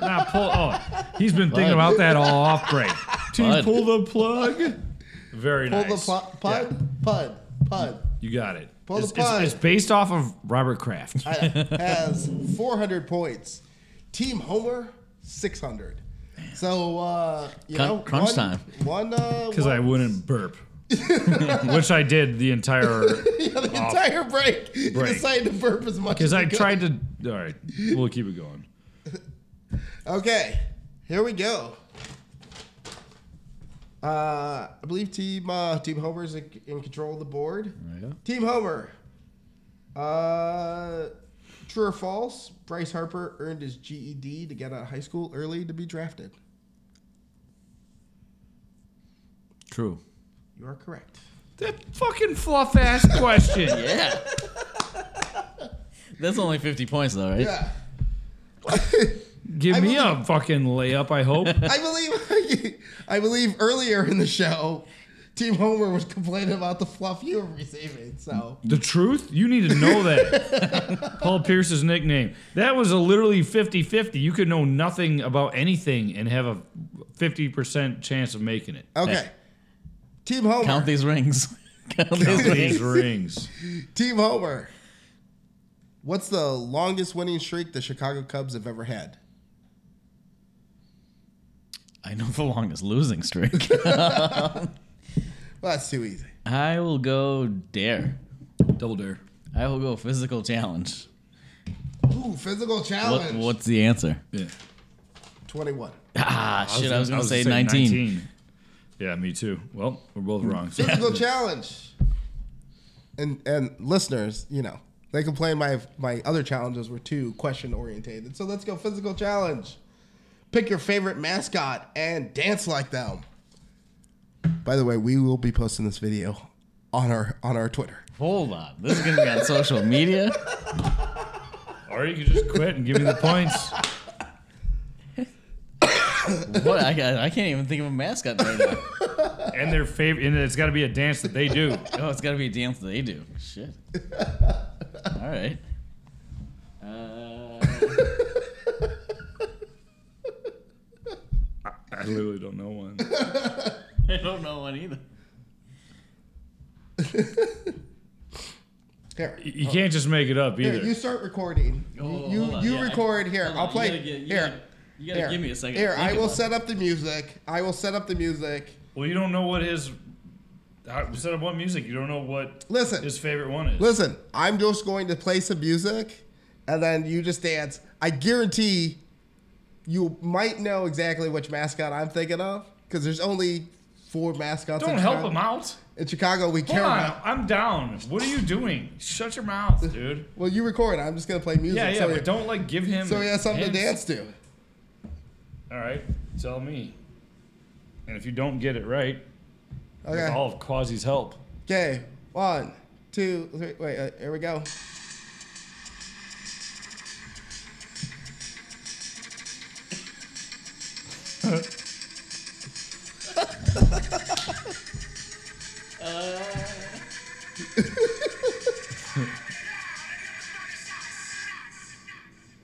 Speaker 3: Nah, pull. Oh, he's been thinking about that all off break. To
Speaker 4: Bud.
Speaker 3: pull the plug. Very
Speaker 2: Pull
Speaker 3: nice.
Speaker 2: the pl- pud, pud, pud.
Speaker 3: You got it.
Speaker 2: Pull
Speaker 3: it's,
Speaker 2: the
Speaker 3: it's-
Speaker 2: plug.
Speaker 3: it's based off of Robert Kraft.
Speaker 2: has 400 points. Team Homer, 600. So, uh, you
Speaker 4: Crun-
Speaker 2: know,
Speaker 4: crunch
Speaker 2: one,
Speaker 4: time.
Speaker 2: One, uh,
Speaker 3: Because I wouldn't burp, which I did the entire.
Speaker 2: the entire break, you
Speaker 3: Break.
Speaker 2: decided to burp as much as
Speaker 3: Because I
Speaker 2: you could.
Speaker 3: tried to. All right, we'll keep it going.
Speaker 2: Okay, here we go. Uh, I believe Team uh, Team Homer's in, in control of the board. Team Homer. Uh, true or false? Bryce Harper earned his GED to get out of high school early to be drafted.
Speaker 4: True.
Speaker 2: You are correct.
Speaker 3: That fucking fluff ass question.
Speaker 4: Yeah. That's only 50 points, though, right?
Speaker 2: Yeah.
Speaker 3: Give
Speaker 2: I
Speaker 3: me a fucking layup, I hope.
Speaker 2: I believe I believe earlier in the show, Team Homer was complaining about the fluff you were receiving. So
Speaker 3: The truth? You need to know that. Paul Pierce's nickname. That was a literally 50 50. You could know nothing about anything and have a 50% chance of making it.
Speaker 2: okay,
Speaker 4: Hey.
Speaker 2: Team Homer,
Speaker 4: Count these rings. Count these
Speaker 3: These
Speaker 4: rings.
Speaker 3: rings.
Speaker 2: Team Homer. What's the longest winning streak the Chicago Cubs have ever had?
Speaker 4: I know the longest losing streak.
Speaker 2: Well, that's too easy.
Speaker 4: I will go dare.
Speaker 3: Double dare.
Speaker 4: I will go physical challenge.
Speaker 2: Ooh, physical
Speaker 4: What,
Speaker 2: challenge.
Speaker 4: what's the answer?
Speaker 3: Yeah.
Speaker 2: Twenty-one.
Speaker 4: Ah, shit, I was going to say
Speaker 3: gonna
Speaker 4: 19.
Speaker 3: Yeah, me too. Well, we're both wrong. So
Speaker 2: Physical challenge. And and listeners, you know, they complain my my other challenges were too question orientated. So let's go physical challenge. Pick your favorite mascot and dance like them. By the way, we will be posting this video on our on our Twitter.
Speaker 4: Hold on. This is going to be on social media.
Speaker 3: or you could just quit and give me the points.
Speaker 4: What? I, got- I can't even think of a mascot right now.
Speaker 3: And their favorite, and it's got to be a dance that they do.
Speaker 4: Oh, it's got to be a dance that they do. Shit. All right. Uh,
Speaker 3: I literally don't know one.
Speaker 4: I don't know one either.
Speaker 2: Here.
Speaker 3: You can't just make it up
Speaker 2: Here,
Speaker 3: either.
Speaker 2: you start recording. You-
Speaker 4: Oh,
Speaker 2: you
Speaker 4: hold on.
Speaker 2: you
Speaker 4: Yeah, I-
Speaker 2: record here.
Speaker 4: hold on.
Speaker 2: I'll
Speaker 4: You
Speaker 2: play
Speaker 4: gotta get- you
Speaker 2: here.
Speaker 4: gotta- You gotta
Speaker 2: here.
Speaker 4: give me a second. to
Speaker 2: Here,
Speaker 4: think
Speaker 2: I will
Speaker 4: about
Speaker 2: set up the music. I will set up the music.
Speaker 3: well, you don't know what his. How, set up what music? You don't know what
Speaker 2: Listen.
Speaker 3: his favorite one is.
Speaker 2: Listen, I'm just going to play some music, and then you just dance. I guarantee you might know exactly which mascot I'm thinking of because there's only four mascots. in
Speaker 3: Don't help
Speaker 2: Chicago.
Speaker 3: him out.
Speaker 2: In Chicago, we
Speaker 3: Come
Speaker 2: care
Speaker 3: on,
Speaker 2: about.
Speaker 3: I'm down. What are you doing? Shut your mouth, dude.
Speaker 2: Well, you record. I'm just gonna play music.
Speaker 3: Yeah, yeah,
Speaker 2: so
Speaker 3: but
Speaker 2: he-
Speaker 3: don't like give him.
Speaker 2: So he has something to dance
Speaker 3: hints.
Speaker 2: to.
Speaker 3: All right, tell me. And if you don't get it right, with
Speaker 2: Okay.
Speaker 3: all of Quasi's help.
Speaker 2: Okay. One, two, three. Wait. Uh, here we go.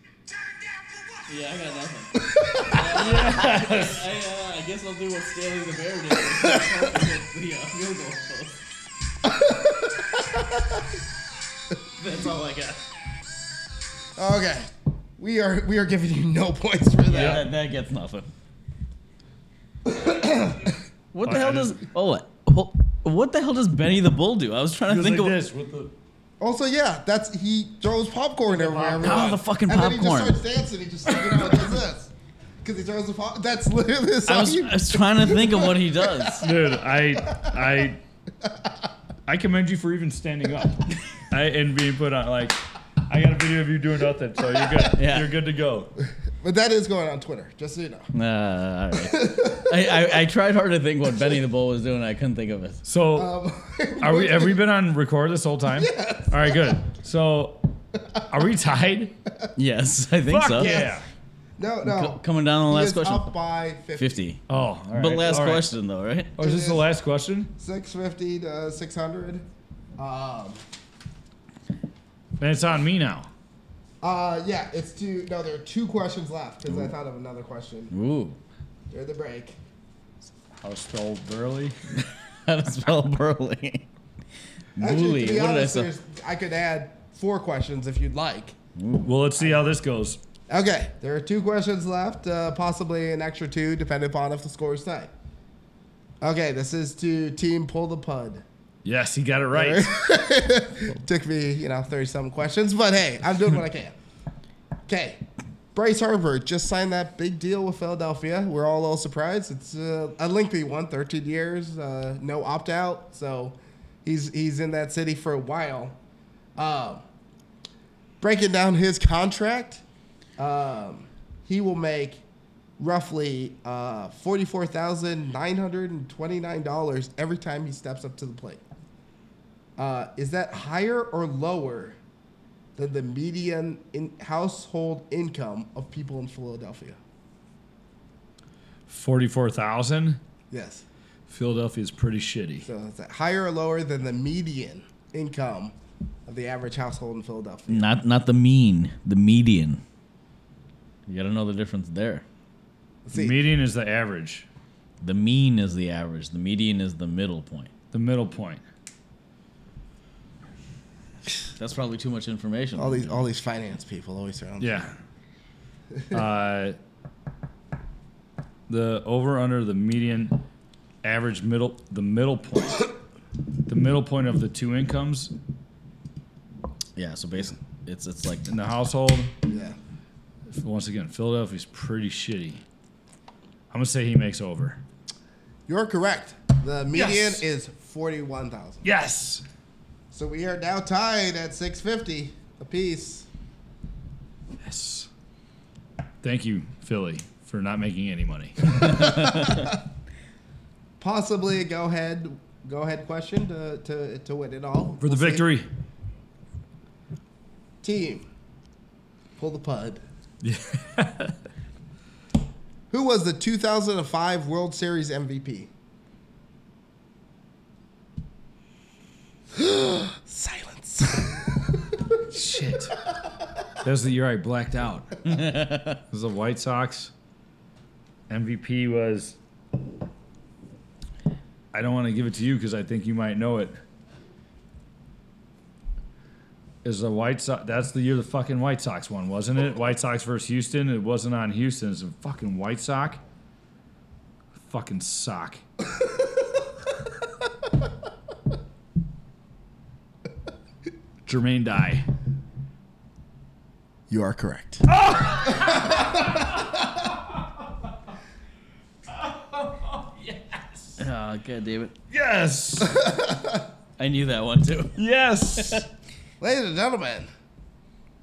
Speaker 4: it. Yeah, I got nothing. I, uh, I guess I'll do what Stanley the Bear did. the uh, field goal. post. That's all I got.
Speaker 2: Okay. We are we are giving you no points for that.
Speaker 4: That, that gets nothing. what the
Speaker 3: I- I
Speaker 4: hell does?
Speaker 3: didn't-
Speaker 4: Oh, what- oh, what the hell does Benny the Bull do? I was trying to think of.
Speaker 3: with the.
Speaker 2: Also, yeah, that's he throws popcorn everywhere.
Speaker 3: popcorn.
Speaker 2: everywhere.
Speaker 4: Oh, the fucking
Speaker 2: and
Speaker 4: popcorn.
Speaker 2: then he just starts dancing. He just you know does this because he throws the pop. That's literally this.
Speaker 4: I was, I was trying to think of what he does.
Speaker 3: Dude, I, I, I commend you for even standing up, I, and being put on. Like, I got a video of you doing nothing, so you're good.
Speaker 4: Yeah.
Speaker 3: You're good to go.
Speaker 2: but that is going on Twitter, just so you know.
Speaker 4: Uh, all right. I, I, I tried hard to think what Benny the Bull was doing. I couldn't think of it.
Speaker 3: So,
Speaker 2: Um,
Speaker 3: Are we? Have we been on record this whole time? All right, good. So Are we tied?
Speaker 4: Yes, I think
Speaker 3: Fuck
Speaker 4: so.
Speaker 3: yeah.
Speaker 2: No, no.
Speaker 4: Coming down on the
Speaker 2: He is
Speaker 4: last question.
Speaker 2: Up by 50.
Speaker 4: Fifty.
Speaker 3: Oh, all right,
Speaker 4: But last
Speaker 3: all right.
Speaker 4: question though, right?
Speaker 3: Oh, is this the last question?
Speaker 2: 650 to 600. Um,
Speaker 3: Then it's on me now.
Speaker 2: uh, yeah, it's two. No, there are two questions left because I thought of another question
Speaker 4: Ooh.
Speaker 2: during the break.
Speaker 3: I'll spell Burley.
Speaker 4: How to spell burly. Bully.
Speaker 2: Actually, to be
Speaker 4: What did I
Speaker 2: honest,
Speaker 4: say?
Speaker 2: there's- I could add four questions if you'd like.
Speaker 3: Well, let's see how this goes.
Speaker 2: Okay, there are two questions left, uh, possibly an extra two, depending upon if the score is tight. Okay, this is to team pull the pud.
Speaker 3: Yes, he got it right.
Speaker 2: Took me, you know, 30 some questions, but hey, I'm doing what I can. Okay, Bryce Harper just signed that big deal with Philadelphia. We're all a little surprised. It's uh, a lengthy one, 13 years, uh, no opt out. So he's, he's in that city for a while. Um, breaking down his contract, um, he will make roughly uh, forty-four thousand nine hundred and twenty-nine dollars every time he steps up to the plate. Uh, is that higher or lower than the median in household income of people in Philadelphia?
Speaker 3: Forty-four thousand.
Speaker 2: Yes.
Speaker 3: Philadelphia's pretty shitty.
Speaker 2: So is that higher or lower than the median income of the average household in Philadelphia?
Speaker 4: Not not the mean, the median. You gotta know the difference there.
Speaker 2: See,
Speaker 3: Median is the average,
Speaker 4: The mean is the average. The median is the middle point.
Speaker 3: the middle point.
Speaker 4: That's probably too much information.
Speaker 2: all these all these finance people always around.
Speaker 3: Yeah. uh, the over under the median average middle the middle point the middle point of the two incomes
Speaker 4: yeah. So basically, it's it's like
Speaker 3: in the household
Speaker 2: Yeah.
Speaker 3: once again Philadelphia's pretty shitty. I'm gonna say he makes over.
Speaker 2: You're correct. The median
Speaker 3: Yes.
Speaker 2: is forty-one thousand.
Speaker 3: Yes.
Speaker 2: So we are now tied at 650 apiece.
Speaker 3: Yes. Thank you Philly for not making any money.
Speaker 2: Possibly a go ahead go ahead question to, to, to win it all.
Speaker 3: For
Speaker 2: We'll
Speaker 3: the
Speaker 2: see.
Speaker 3: victory.
Speaker 2: Team. Pull the pud. Who was the 2005 World Series MVP? Silence.
Speaker 3: Shit. That was the year I blacked out. it was the White Sox. MVP was. I don't want to give it to you because I think you might know it. Is the White Sox? That's the year the fucking White Sox won, wasn't it? White Sox versus Houston. It wasn't on Houston. It's a fucking White Sox. Fucking sock. Jermaine Die.
Speaker 2: You are correct.
Speaker 4: oh god, David.
Speaker 3: Yes.
Speaker 4: I knew that one too.
Speaker 3: yes.
Speaker 2: Ladies and gentlemen,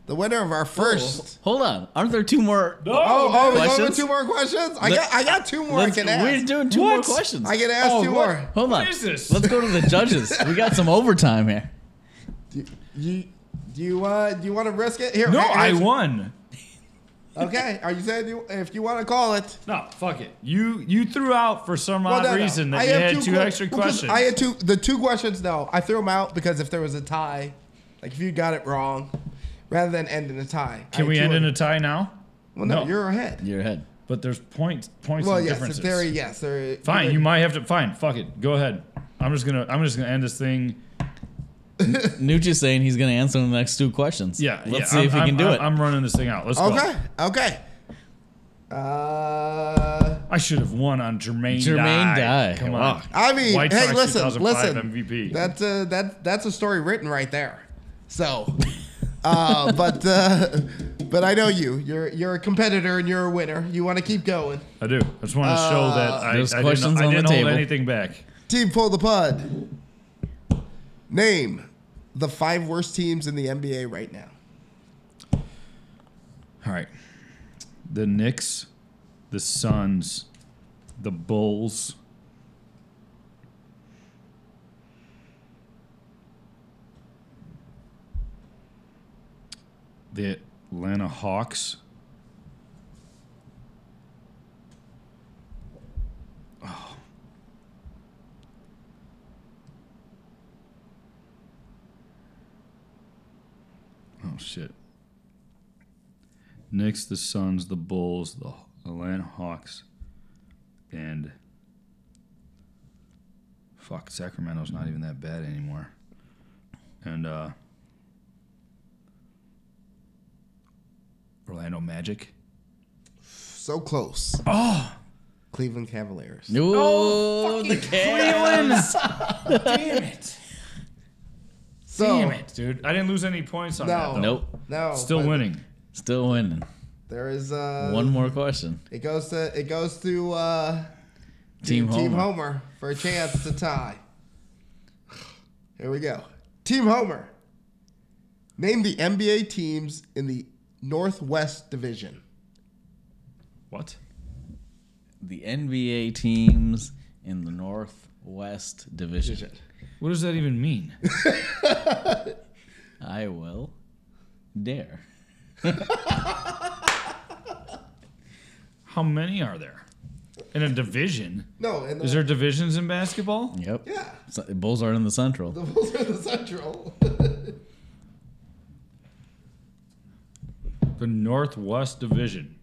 Speaker 2: the winner of our first
Speaker 4: Hold on. Aren't there two more?
Speaker 3: No.
Speaker 2: Oh, oh, we going with
Speaker 4: Questions?
Speaker 2: two more questions? I
Speaker 4: Let-
Speaker 2: got, I got two more I
Speaker 4: Let's-
Speaker 2: can
Speaker 4: we're
Speaker 2: ask.
Speaker 4: doing two more
Speaker 3: What?
Speaker 4: questions.
Speaker 2: I can ask
Speaker 3: Oh,
Speaker 2: two
Speaker 3: what?
Speaker 2: more.
Speaker 4: Hold on.
Speaker 3: What is this?
Speaker 4: Let's go to the judges. we got some overtime here.
Speaker 2: You, do you, uh, do you want to risk it? Here,
Speaker 3: No,
Speaker 2: here-
Speaker 3: I
Speaker 2: here's-
Speaker 3: won.
Speaker 2: Okay, are you saying you, if you want to call it?
Speaker 3: No, fuck it. You you threw out for some odd
Speaker 2: no, no.
Speaker 3: reason that
Speaker 2: I
Speaker 3: you
Speaker 2: have
Speaker 3: had two,
Speaker 2: que-
Speaker 3: extra
Speaker 2: because
Speaker 3: questions.
Speaker 2: I had two. The two questions, though, I threw them out because if there was a tie, like if you got it wrong, rather than end in a tie.
Speaker 3: Can we end in a
Speaker 2: tie?
Speaker 3: tie now?
Speaker 2: Well, no,
Speaker 3: no.
Speaker 2: you're ahead.
Speaker 4: Your head.
Speaker 3: But there's points points
Speaker 2: Well,
Speaker 3: and
Speaker 2: yes, in
Speaker 3: differences.
Speaker 2: theory, yes. There,
Speaker 3: fine, you might have to. Fine, fuck it. Go ahead. I'm just gonna I'm just gonna end this thing.
Speaker 4: Nucci's saying he's going to answer the next two questions.
Speaker 3: Yeah,
Speaker 4: Let's
Speaker 3: yeah,
Speaker 4: see
Speaker 3: I'm-
Speaker 4: if he
Speaker 3: I'm-
Speaker 4: can do
Speaker 3: I'm-
Speaker 4: it.
Speaker 3: I'm running this thing out. Let's
Speaker 2: Okay,
Speaker 3: go.
Speaker 2: okay. Uh,
Speaker 3: I should have won on Jermaine. Dye.
Speaker 4: Jermaine Dye.
Speaker 3: Come
Speaker 4: Wow.
Speaker 3: on.
Speaker 2: I mean,
Speaker 3: White
Speaker 2: hey,
Speaker 3: Sox
Speaker 2: listen,
Speaker 3: 2005
Speaker 2: listen.
Speaker 3: MVP.
Speaker 2: That's a that that's a story written right there. So, uh, but uh, but I know you. You're you're a competitor and you're a winner. You want to keep going.
Speaker 3: I do. I just want to show that I, I
Speaker 4: There's
Speaker 3: didn't,
Speaker 4: questions
Speaker 3: I
Speaker 4: on the
Speaker 3: didn't hold
Speaker 4: table.
Speaker 3: anything back.
Speaker 2: Team pull the pud. Name the five worst teams in the NBA right now.
Speaker 3: All right. The Knicks, the Suns, the Bulls. the Atlanta Hawks. Oh. Oh shit. Next, the Suns, the Bulls, the Atlanta Hawks, and fuck, Sacramento's not even that bad anymore. And uh Orlando Magic.
Speaker 2: So close. Oh.
Speaker 3: Ah.
Speaker 2: Cleveland Cavaliers.
Speaker 4: Ooh,
Speaker 3: Oh,
Speaker 4: the Cavs.
Speaker 3: Damn it.
Speaker 2: So,
Speaker 4: Oh.
Speaker 3: Damn it, dude. I didn't lose any points on that.
Speaker 2: No.
Speaker 3: Though.
Speaker 4: Nope.
Speaker 2: No.
Speaker 3: Still
Speaker 2: but
Speaker 3: winning.
Speaker 4: Still winning.
Speaker 2: There is uh
Speaker 4: One more question.
Speaker 2: It goes to it goes to uh
Speaker 4: Team Homer.
Speaker 2: Team Homer for a chance to tie. Here we go. Team Homer. Name the NBA teams in the Northwest Division.
Speaker 3: What?
Speaker 4: The NBA teams in the Northwest Division.
Speaker 3: What does that even mean?
Speaker 4: I will dare.
Speaker 3: How many are there? In a division?
Speaker 2: No, and the,
Speaker 3: Is there divisions in basketball?
Speaker 4: Yep.
Speaker 2: yeah,
Speaker 4: So- Bulls are in the Central.
Speaker 2: the Bulls are the Central.
Speaker 3: The Northwest Division.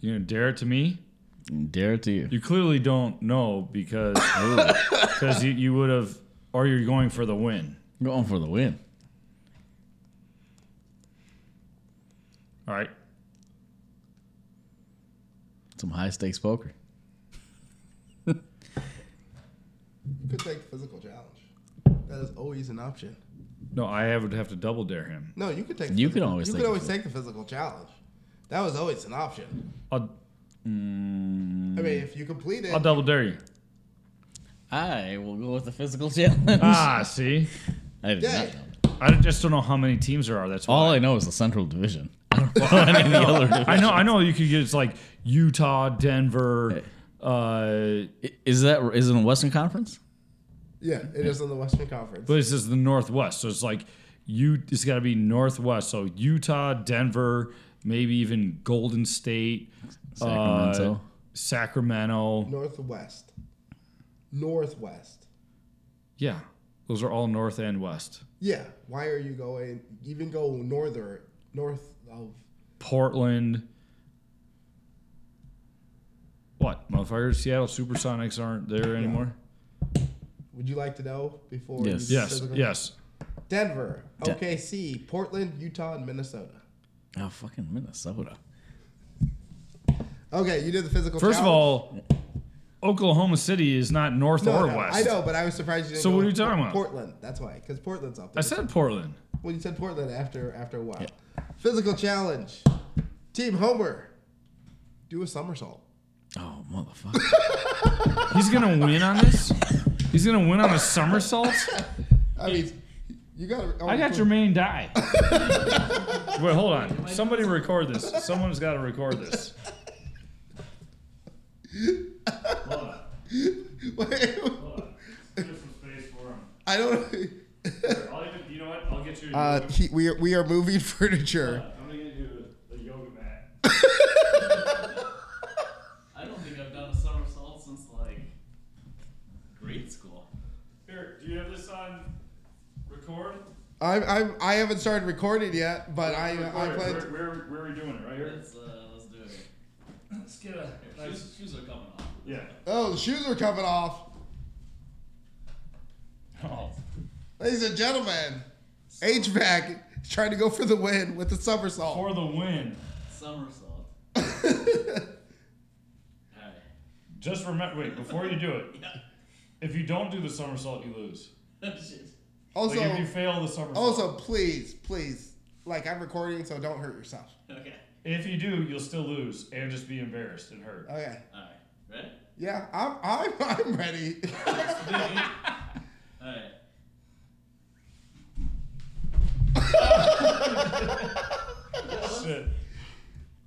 Speaker 3: You gonna dare it to me?
Speaker 4: Dare to you.
Speaker 3: You clearly don't know because because you, you would have, or you're going for the win.
Speaker 4: Going for the win.
Speaker 3: All right.
Speaker 4: Some high stakes poker.
Speaker 2: Could take physical challenge. That is always an option.
Speaker 3: No, I would have to double dare him.
Speaker 2: No, you could take.
Speaker 4: You could
Speaker 2: physical-
Speaker 4: always
Speaker 2: You
Speaker 4: take
Speaker 2: could
Speaker 4: the
Speaker 2: always take the physical challenge. That was always an option.
Speaker 3: I'll,
Speaker 2: I mean, if you complete it,
Speaker 3: I'll double dare you.
Speaker 4: I will go with the physical challenge.
Speaker 3: Ah, see,
Speaker 4: I did
Speaker 2: yeah,
Speaker 4: not know.
Speaker 3: I just don't know how many teams there are. That's why.
Speaker 4: All I know is the Central Division. I don't know any of the other
Speaker 3: I know. I know. You could get it's like Utah, Denver. Uh,
Speaker 4: divi- Is that is it in the Western Conference?
Speaker 2: yeah, it is in the Western Conference.
Speaker 3: but it's just the Northwest, so it's like you. It's got to be Northwest. So Utah, Denver, maybe even Golden State,
Speaker 4: Sacramento.
Speaker 3: uh, Sacramento.
Speaker 2: Northwest, Northwest.
Speaker 3: Yeah, those are all North and West.
Speaker 2: Yeah. Why are you going? Even go norther, north of.
Speaker 3: Portland. What, motherfuckers? Seattle Supersonics aren't there anymore.
Speaker 2: Would you like to know before?
Speaker 4: Yes.
Speaker 2: you
Speaker 3: Yes,
Speaker 2: physical-
Speaker 3: yes.
Speaker 2: Denver, OKC, Portland, Utah, and Minnesota.
Speaker 4: Oh, fucking Minnesota.
Speaker 2: Okay, you did the physical.
Speaker 3: First of
Speaker 2: challenge.
Speaker 3: all, Oklahoma City is not North
Speaker 2: No,
Speaker 3: or
Speaker 2: no,
Speaker 3: West.
Speaker 2: I know, but I was surprised you didn't.
Speaker 3: So
Speaker 2: go
Speaker 3: what are you
Speaker 2: with
Speaker 3: talking about?
Speaker 2: Portland. That's why, because Portland's up there.
Speaker 3: I said Portland.
Speaker 2: Well, you said Portland after after a while. Physical challenge. Team Homer. Do a somersault.
Speaker 4: Oh, motherfucker.
Speaker 3: He's gonna win on this. He's gonna win on a somersault.
Speaker 2: I mean, you oh, got.
Speaker 3: I got your main die. Wait, hold on. Somebody record this. Someone's got to record this.
Speaker 2: I don't.
Speaker 3: I'll even, you know what? I'll get you.
Speaker 2: Uh, he, we are, we are moving furniture.
Speaker 3: I'm gonna get you a yoga mat.
Speaker 4: I don't think I've done a somersault since like grade school.
Speaker 3: Here, do you have this on record?
Speaker 2: I'm, I'm I haven't started recording yet, but I I plan. To,
Speaker 3: where, where are we doing it? Right here?
Speaker 4: Let's, uh, let's do it.
Speaker 3: Let's get a
Speaker 4: Shoes, shoes are coming off.
Speaker 3: Yeah.
Speaker 2: oh, the shoes are coming off,
Speaker 3: Oh.
Speaker 2: ladies and gentlemen. HVAC is trying to go for the win with the somersault.
Speaker 3: For the win.
Speaker 4: Somersault. Alright.
Speaker 3: Just remember, wait, before you do it, if you don't do the somersault, you lose. Like,
Speaker 2: Also,
Speaker 3: if you fail the somersault.
Speaker 2: also please, please, like I'm recording, so don't hurt yourself.
Speaker 4: Okay.
Speaker 3: If you do, you'll still lose and just be embarrassed and hurt.
Speaker 2: Okay.
Speaker 4: Alright. Ready?
Speaker 2: Yeah, I'm I'm, I'm ready.
Speaker 4: Alright.
Speaker 3: Shit.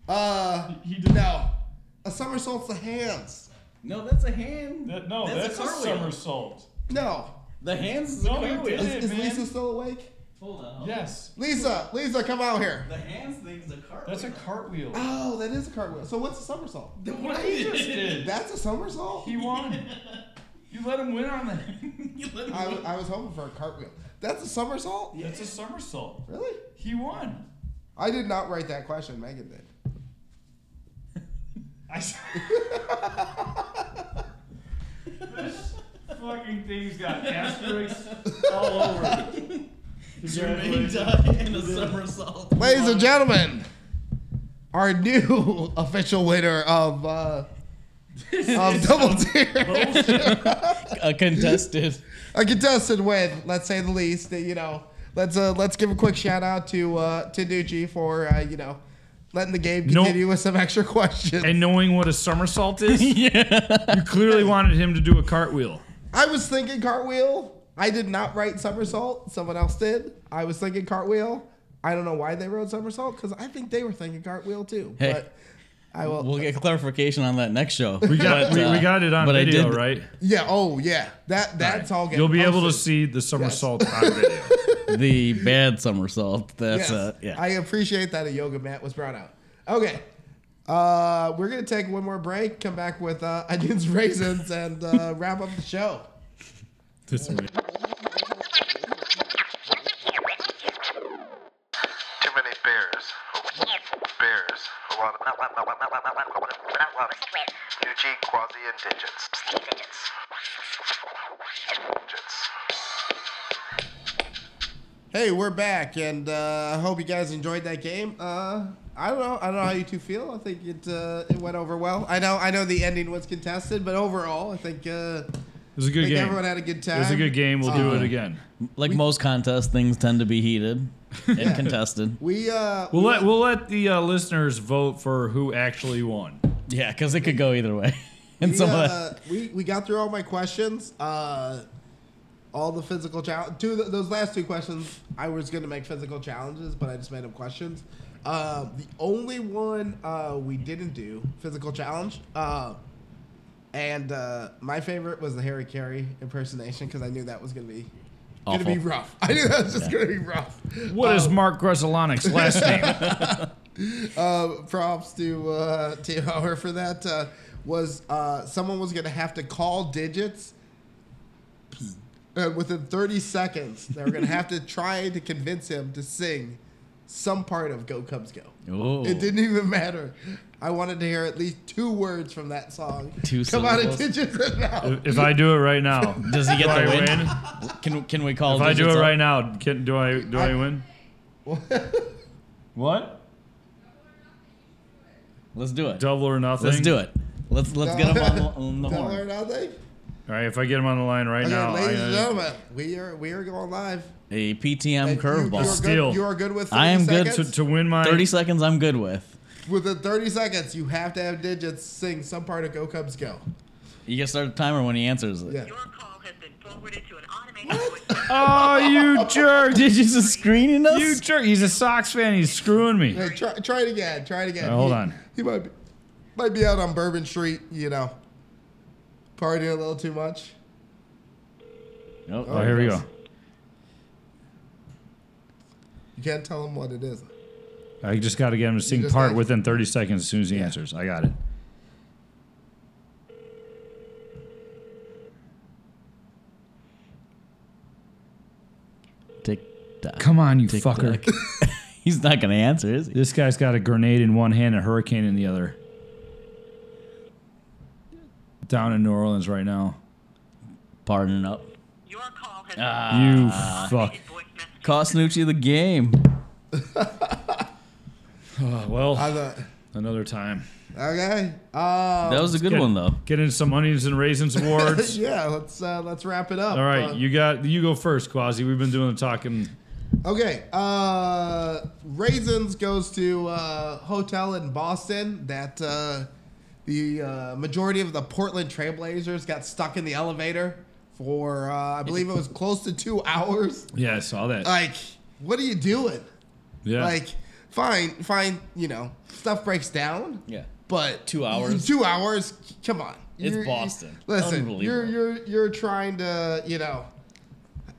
Speaker 2: Uh,
Speaker 3: He did
Speaker 2: no, a somersault's the hands.
Speaker 4: No, that's a hand.
Speaker 3: that. No,
Speaker 4: That's a
Speaker 3: that's, a,
Speaker 4: cartwheel.
Speaker 3: somersault.
Speaker 2: No,
Speaker 4: The hands is
Speaker 3: No,
Speaker 4: a
Speaker 3: he
Speaker 4: cartwheel.
Speaker 3: did it.
Speaker 2: is, is
Speaker 3: man.
Speaker 2: Lisa still awake?
Speaker 4: Hold on.
Speaker 3: Yes.
Speaker 2: Lisa, Lisa, come out here.
Speaker 4: The hands thing's a cart.
Speaker 3: That's a cartwheel.
Speaker 2: Oh, that is a cartwheel. So what's a somersault?
Speaker 4: What I just did.
Speaker 2: That's a somersault?
Speaker 3: He won. You let him win on that.
Speaker 2: I, I was hoping for a cartwheel. That's a somersault?
Speaker 3: That's a somersault.
Speaker 2: Really?
Speaker 3: He won.
Speaker 2: I did not write that question. Megan did.
Speaker 3: I s- this fucking thing's got asterisks all over it.
Speaker 4: Jermaine
Speaker 3: Congratulations.
Speaker 4: died in a somersault.
Speaker 2: Ladies and gentlemen, our new official winner of uh, of Double Dare.
Speaker 4: A contestant.
Speaker 2: a contestant with, let's say the least. that, You know, let's uh, let's give a quick shout out to uh, to Nucci for uh, you know letting the game
Speaker 3: Nope.
Speaker 2: continue with some extra questions.
Speaker 3: And knowing what a somersault is, you clearly wanted him to do a cartwheel.
Speaker 2: I was thinking cartwheel. I did not write somersault. Someone else did. I was thinking cartwheel. I don't know why they wrote somersault because I think they were thinking cartwheel too.
Speaker 4: Hey.
Speaker 2: But I will.
Speaker 4: We'll get clarification on that next show.
Speaker 3: We got
Speaker 4: But,
Speaker 3: we,
Speaker 4: uh,
Speaker 3: we got it on
Speaker 4: but I
Speaker 3: video,
Speaker 4: did-
Speaker 3: right?
Speaker 2: yeah. Oh yeah. That that's all. getting
Speaker 3: You'll be able to
Speaker 2: posted.
Speaker 3: see the somersault on video.
Speaker 4: The bad somersault. That's
Speaker 2: Yes.
Speaker 4: uh, yeah.
Speaker 2: I appreciate that a yoga mat was brought out. Okay. Uh, we're going to take one more break, come back with uh, onions, raisins, and uh, wrap up the show.
Speaker 3: This is-
Speaker 1: Too many bears. Bears. A lot of. UG quasi and digits. Digits.
Speaker 2: Hey, we're back, and uh, I hope you guys enjoyed that game. Uh, I don't know. I don't know how you two feel. I think it uh, it went over well. I know. I know the ending was contested, but overall, I think, uh,
Speaker 3: It was a
Speaker 2: I
Speaker 3: good
Speaker 2: think
Speaker 3: game.
Speaker 2: everyone had a good time.
Speaker 3: It was a good game. We'll do it again.
Speaker 4: like most contests, things tend to be heated and contested.
Speaker 2: We uh,
Speaker 3: We'll let we'll let the uh, listeners vote for who actually won.
Speaker 4: Yeah, because it could go either way. And
Speaker 2: we,
Speaker 4: some of that.
Speaker 2: uh, we we got through all my questions. Uh, all the physical challenge. Two of th- those last two questions, I was gonna make physical challenges, but I just made up questions. Uh, the only one uh, we didn't do physical challenge. Uh, and uh, my favorite was the Harry Carey impersonation because I knew that was gonna be gonna be
Speaker 4: Awful.
Speaker 2: rough. I knew that was just gonna be rough.
Speaker 3: What is Mark Gresolonic's last name?
Speaker 2: uh, props to uh, to Hauer for that. Uh, was uh, someone was gonna have to call digits, and within 30 seconds, they were gonna have to try to convince him to sing some part of "Go Cubs Go."
Speaker 4: Ooh.
Speaker 2: It didn't even matter. I wanted to hear at least two words from that song.
Speaker 4: Two
Speaker 2: Come out of
Speaker 4: syllables.
Speaker 2: digits and out.
Speaker 3: if I do it right now,
Speaker 4: Does he
Speaker 3: do
Speaker 4: get
Speaker 3: I
Speaker 4: the win?
Speaker 3: win?
Speaker 4: Can can we call?
Speaker 3: If I do
Speaker 4: digits
Speaker 3: it
Speaker 4: up?
Speaker 3: right now, can, do I do I, win? What?
Speaker 4: let's do it.
Speaker 3: Double or nothing.
Speaker 4: Let's do it. Let's let's get him on the, on the
Speaker 2: Don't learn
Speaker 4: horn.
Speaker 2: nothing.
Speaker 3: All right. If I get him on the line right
Speaker 2: Okay,
Speaker 3: now,
Speaker 2: ladies
Speaker 3: I,
Speaker 2: and
Speaker 3: uh,
Speaker 2: gentlemen, we are we are going live.
Speaker 4: A
Speaker 2: And
Speaker 4: PTM
Speaker 2: you- you are
Speaker 4: curveball.
Speaker 2: good-
Speaker 3: Steal.
Speaker 2: You are good with. 30
Speaker 4: I am good
Speaker 2: seconds?
Speaker 3: to, to win my
Speaker 4: Thirty seconds. I'm good with.
Speaker 2: Within 30 seconds, you have to have digits sing some part of Go Cubs Go.
Speaker 4: You can start the timer when he answers it.
Speaker 2: Yeah.
Speaker 8: Your call has been forwarded to an automated voice.
Speaker 3: Oh, you jerk!
Speaker 4: Did you just screening us?
Speaker 3: You jerk! He's a Sox fan. He's screwing me.
Speaker 2: Hey, try, try it again. Try it again.
Speaker 3: Uh, hold
Speaker 2: He-
Speaker 3: on.
Speaker 2: He might be, might be out on Bourbon Street, you know, partying a little too much.
Speaker 4: Nope.
Speaker 3: Oh, here we go.
Speaker 2: You can't tell him what it is.
Speaker 3: I just got to get him to sing
Speaker 2: just
Speaker 3: part
Speaker 2: got-
Speaker 3: within 30 seconds as soon as he answers. I got it.
Speaker 4: Tick tock.
Speaker 3: Come on, you
Speaker 4: tick,
Speaker 3: fucker.
Speaker 4: tock. He's not gonna answer, is he?
Speaker 3: This guy's got a grenade in one hand and a hurricane in the other. Down in New Orleans right now.
Speaker 4: Pardon up.
Speaker 8: Your call
Speaker 4: Uh,
Speaker 8: has
Speaker 3: You
Speaker 4: Ah.
Speaker 3: fuck.
Speaker 8: been voice message.
Speaker 4: Cost Nucci the game. Uh,
Speaker 3: Oh, well,
Speaker 2: I thought,
Speaker 3: another time.
Speaker 2: okay. Uh,
Speaker 4: That was a good
Speaker 3: Get-
Speaker 4: one though.
Speaker 3: Get in some onions and raisins awards.
Speaker 2: yeah, let's uh, let's wrap it up.
Speaker 3: All
Speaker 2: Uh,
Speaker 3: right, you got you go first, Quasi. We've been doing the talking.
Speaker 2: Okay. Uh, Raisins goes to uh, hotel in Boston that uh, the uh, majority of the Portland Trailblazers got stuck in the elevator for uh, I believe it was close to two hours.
Speaker 3: Yeah, I saw that.
Speaker 2: Like, what are you doing?
Speaker 3: yeah.
Speaker 2: Uh, Like, fine, fine. You know, stuff breaks down.
Speaker 4: Yeah.
Speaker 2: But
Speaker 4: Two hours.
Speaker 2: Two hours. Come on.
Speaker 4: It's Boston.
Speaker 2: Listen,
Speaker 4: Unbelievable.
Speaker 2: you're you're you're trying to you know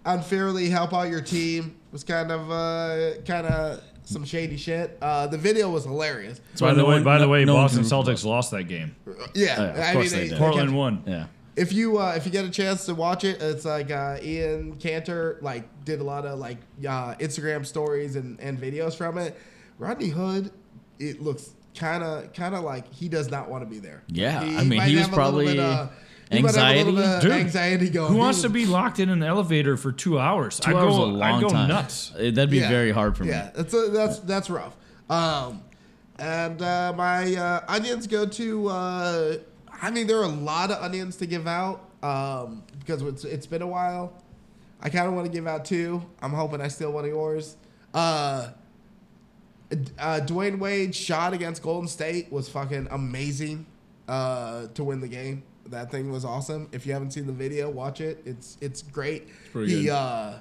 Speaker 2: unfairly help out your team. was kind of uh, kind of some shady shit. Uh, the video was hilarious.
Speaker 3: By the way, by the way, Boston
Speaker 4: can-
Speaker 3: Celtics lost that game.
Speaker 2: Yeah,
Speaker 4: Oh, yeah, of course they did.
Speaker 2: kept-
Speaker 3: Portland won.
Speaker 4: Yeah.
Speaker 2: If you uh, if you get a chance to watch it, it's like uh, Ian Cantor like did a lot of like uh, Instagram stories and, and videos from it. Rodney Hood, it looks kind of kind of like he does not want to be there.
Speaker 4: Yeah, I mean,
Speaker 2: might
Speaker 4: he was
Speaker 2: have a little
Speaker 4: probably
Speaker 2: he might have a little
Speaker 4: anxiety.
Speaker 2: bit of
Speaker 3: Dude,
Speaker 2: uh, anxiety going.
Speaker 3: Who wants to be locked in an elevator for two hours?
Speaker 4: Two
Speaker 3: I
Speaker 4: hours is a
Speaker 3: go, I
Speaker 4: long
Speaker 3: go
Speaker 4: time.
Speaker 3: nuts.
Speaker 4: Uh, That'd be
Speaker 2: Yeah.
Speaker 4: very hard for me.
Speaker 2: Yeah, that's a, that's that's rough. Um, and uh, my uh, onions go to. Uh, I mean, there are a lot of onions to give out um, because it's, it's been a while. I kind of want to give out two. I'm hoping I steal one of yours. Uh, D- uh, Dwayne Wade's shot against Golden State was fucking amazing uh, to win the game. That thing was awesome. If you haven't seen the video, watch it. It's it's great.
Speaker 4: pretty
Speaker 2: he
Speaker 4: good.
Speaker 2: uh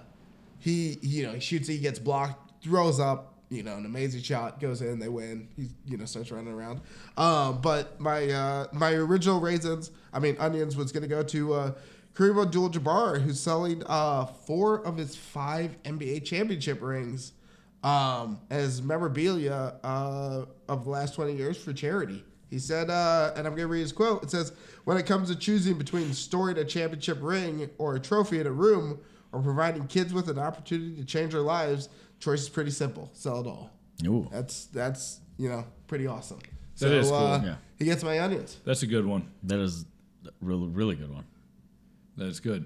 Speaker 2: he you know he shoots, he gets blocked, throws up, you know, an amazing shot goes in, they win. He you know starts running around. Um, but my uh my original raisins, I mean onions, was gonna go to uh, Kareem Abdul-Jabbar, who's selling uh four of his five NBA championship rings um, as memorabilia uh, of the last 20 years for charity. He said, uh, and I'm going to read his quote. It says, When it comes to choosing between storing a championship ring or a trophy in a room or providing kids with an opportunity to change their lives, choice is pretty simple sell it all.
Speaker 4: Ooh.
Speaker 2: That's, that's you know, pretty awesome. uh,
Speaker 3: That is cool,
Speaker 4: yeah.
Speaker 2: He gets my onions.
Speaker 3: That's a good one.
Speaker 4: That is a really, really good one.
Speaker 3: That's good.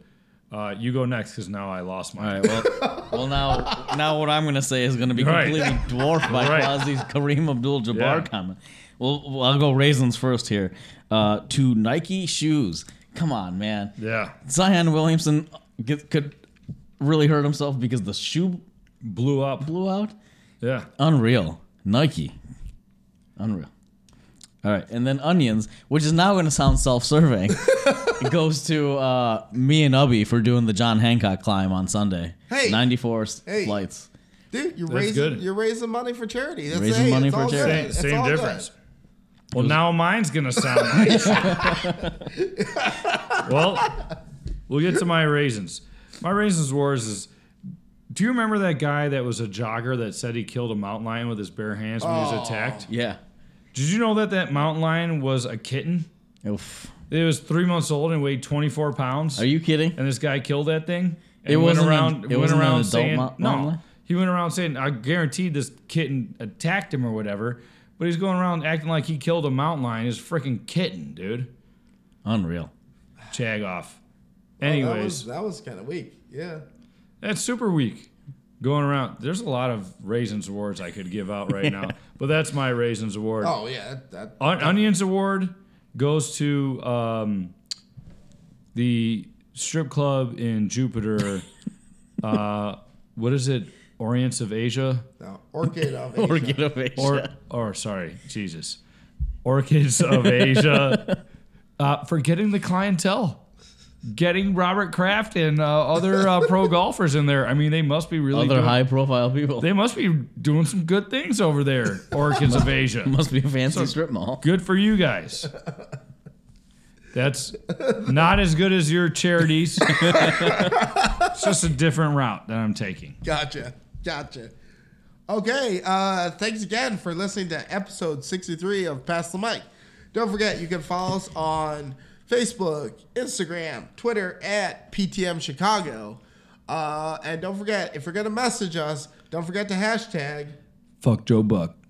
Speaker 3: Uh, you go next because now I lost
Speaker 4: All
Speaker 3: mine.
Speaker 4: right. Well, well now, now what I'm going to say is going to be
Speaker 3: Right.
Speaker 4: completely dwarfed by
Speaker 3: Right.
Speaker 4: Quasi's Kareem Abdul-Jabbar
Speaker 3: Yeah.
Speaker 4: comment. Well, well, I'll go raisins first here. Uh, to Nike shoes. Come on, man.
Speaker 3: Yeah,
Speaker 4: Zion Williamson get, could really hurt himself because the shoe
Speaker 3: blew up.
Speaker 4: blew out.
Speaker 3: Yeah,
Speaker 4: Unreal. Nike. Unreal. All right. And then onions, which is now going to sound self serving, goes to uh, me and Ubby for doing the John Hancock climb on Sunday.
Speaker 2: Hey.
Speaker 4: 94
Speaker 2: Hey.
Speaker 4: flights.
Speaker 2: Dude, you're
Speaker 3: That's
Speaker 2: raising
Speaker 3: good.
Speaker 2: you're raising money for charity. That's
Speaker 4: Raising
Speaker 2: hey,
Speaker 4: money
Speaker 2: it's
Speaker 4: for
Speaker 2: all good.
Speaker 4: charity.
Speaker 3: same,
Speaker 2: It's
Speaker 3: same
Speaker 2: all good.
Speaker 3: difference. Well, now mine's gonna sound nice. well, we'll get to my raisins. My raisins wars is. Do you remember that guy that was a jogger that said he killed a mountain lion with his bare hands when
Speaker 2: Oh.
Speaker 3: he was attacked?
Speaker 4: Yeah.
Speaker 3: Did you know that that mountain lion was a kitten?
Speaker 4: Oof.
Speaker 3: It was three months old and weighed 24 pounds.
Speaker 4: Are you kidding?
Speaker 3: and this guy killed that thing. And
Speaker 4: It wasn't an-
Speaker 3: around.
Speaker 4: it
Speaker 3: went
Speaker 4: wasn't an
Speaker 3: around
Speaker 4: adult
Speaker 3: saying
Speaker 4: mo-
Speaker 3: no.
Speaker 4: mountain lion?
Speaker 3: He went around saying, "I guarantee this kitten attacked him or whatever." But he's going around acting like he killed a mountain lion. His freaking kitten, dude.
Speaker 4: Unreal.
Speaker 3: Chag off.
Speaker 2: That
Speaker 3: Anyways,
Speaker 2: was, that was kind of weak. Yeah.
Speaker 3: that's super weak. Going around. There's a lot of raisins awards I could give out right now, but that's my raisins award.
Speaker 2: Oh yeah. That, that,
Speaker 3: On- Onions award goes to um, the strip club in Jupiter. uh, what is it? Orients of Asia,
Speaker 2: no. Orchid of Asia.
Speaker 4: Orchid of Asia.
Speaker 3: or or sorry, Jesus, Orchids of Asia. Uh, for getting the clientele, getting Robert Kraft and uh, other uh, pro golfers in there. I mean, they must be really
Speaker 4: Other
Speaker 3: doing-
Speaker 4: high profile people.
Speaker 3: They must be doing some good things over there, Orchids of Asia.
Speaker 4: must be a fancy strip mall.
Speaker 3: Good for you guys. That's not as good as your charities. it's just a different route that I'm taking.
Speaker 2: Gotcha. Gotcha. Okay. Uh, thanks again for listening to episode 63 of Pass the Mic. Don't forget, you can follow us on Facebook, Instagram, Twitter at PTM Chicago. Uh, and don't forget, if you're going to message us, don't forget to hashtag
Speaker 3: Fuck Joe Buck.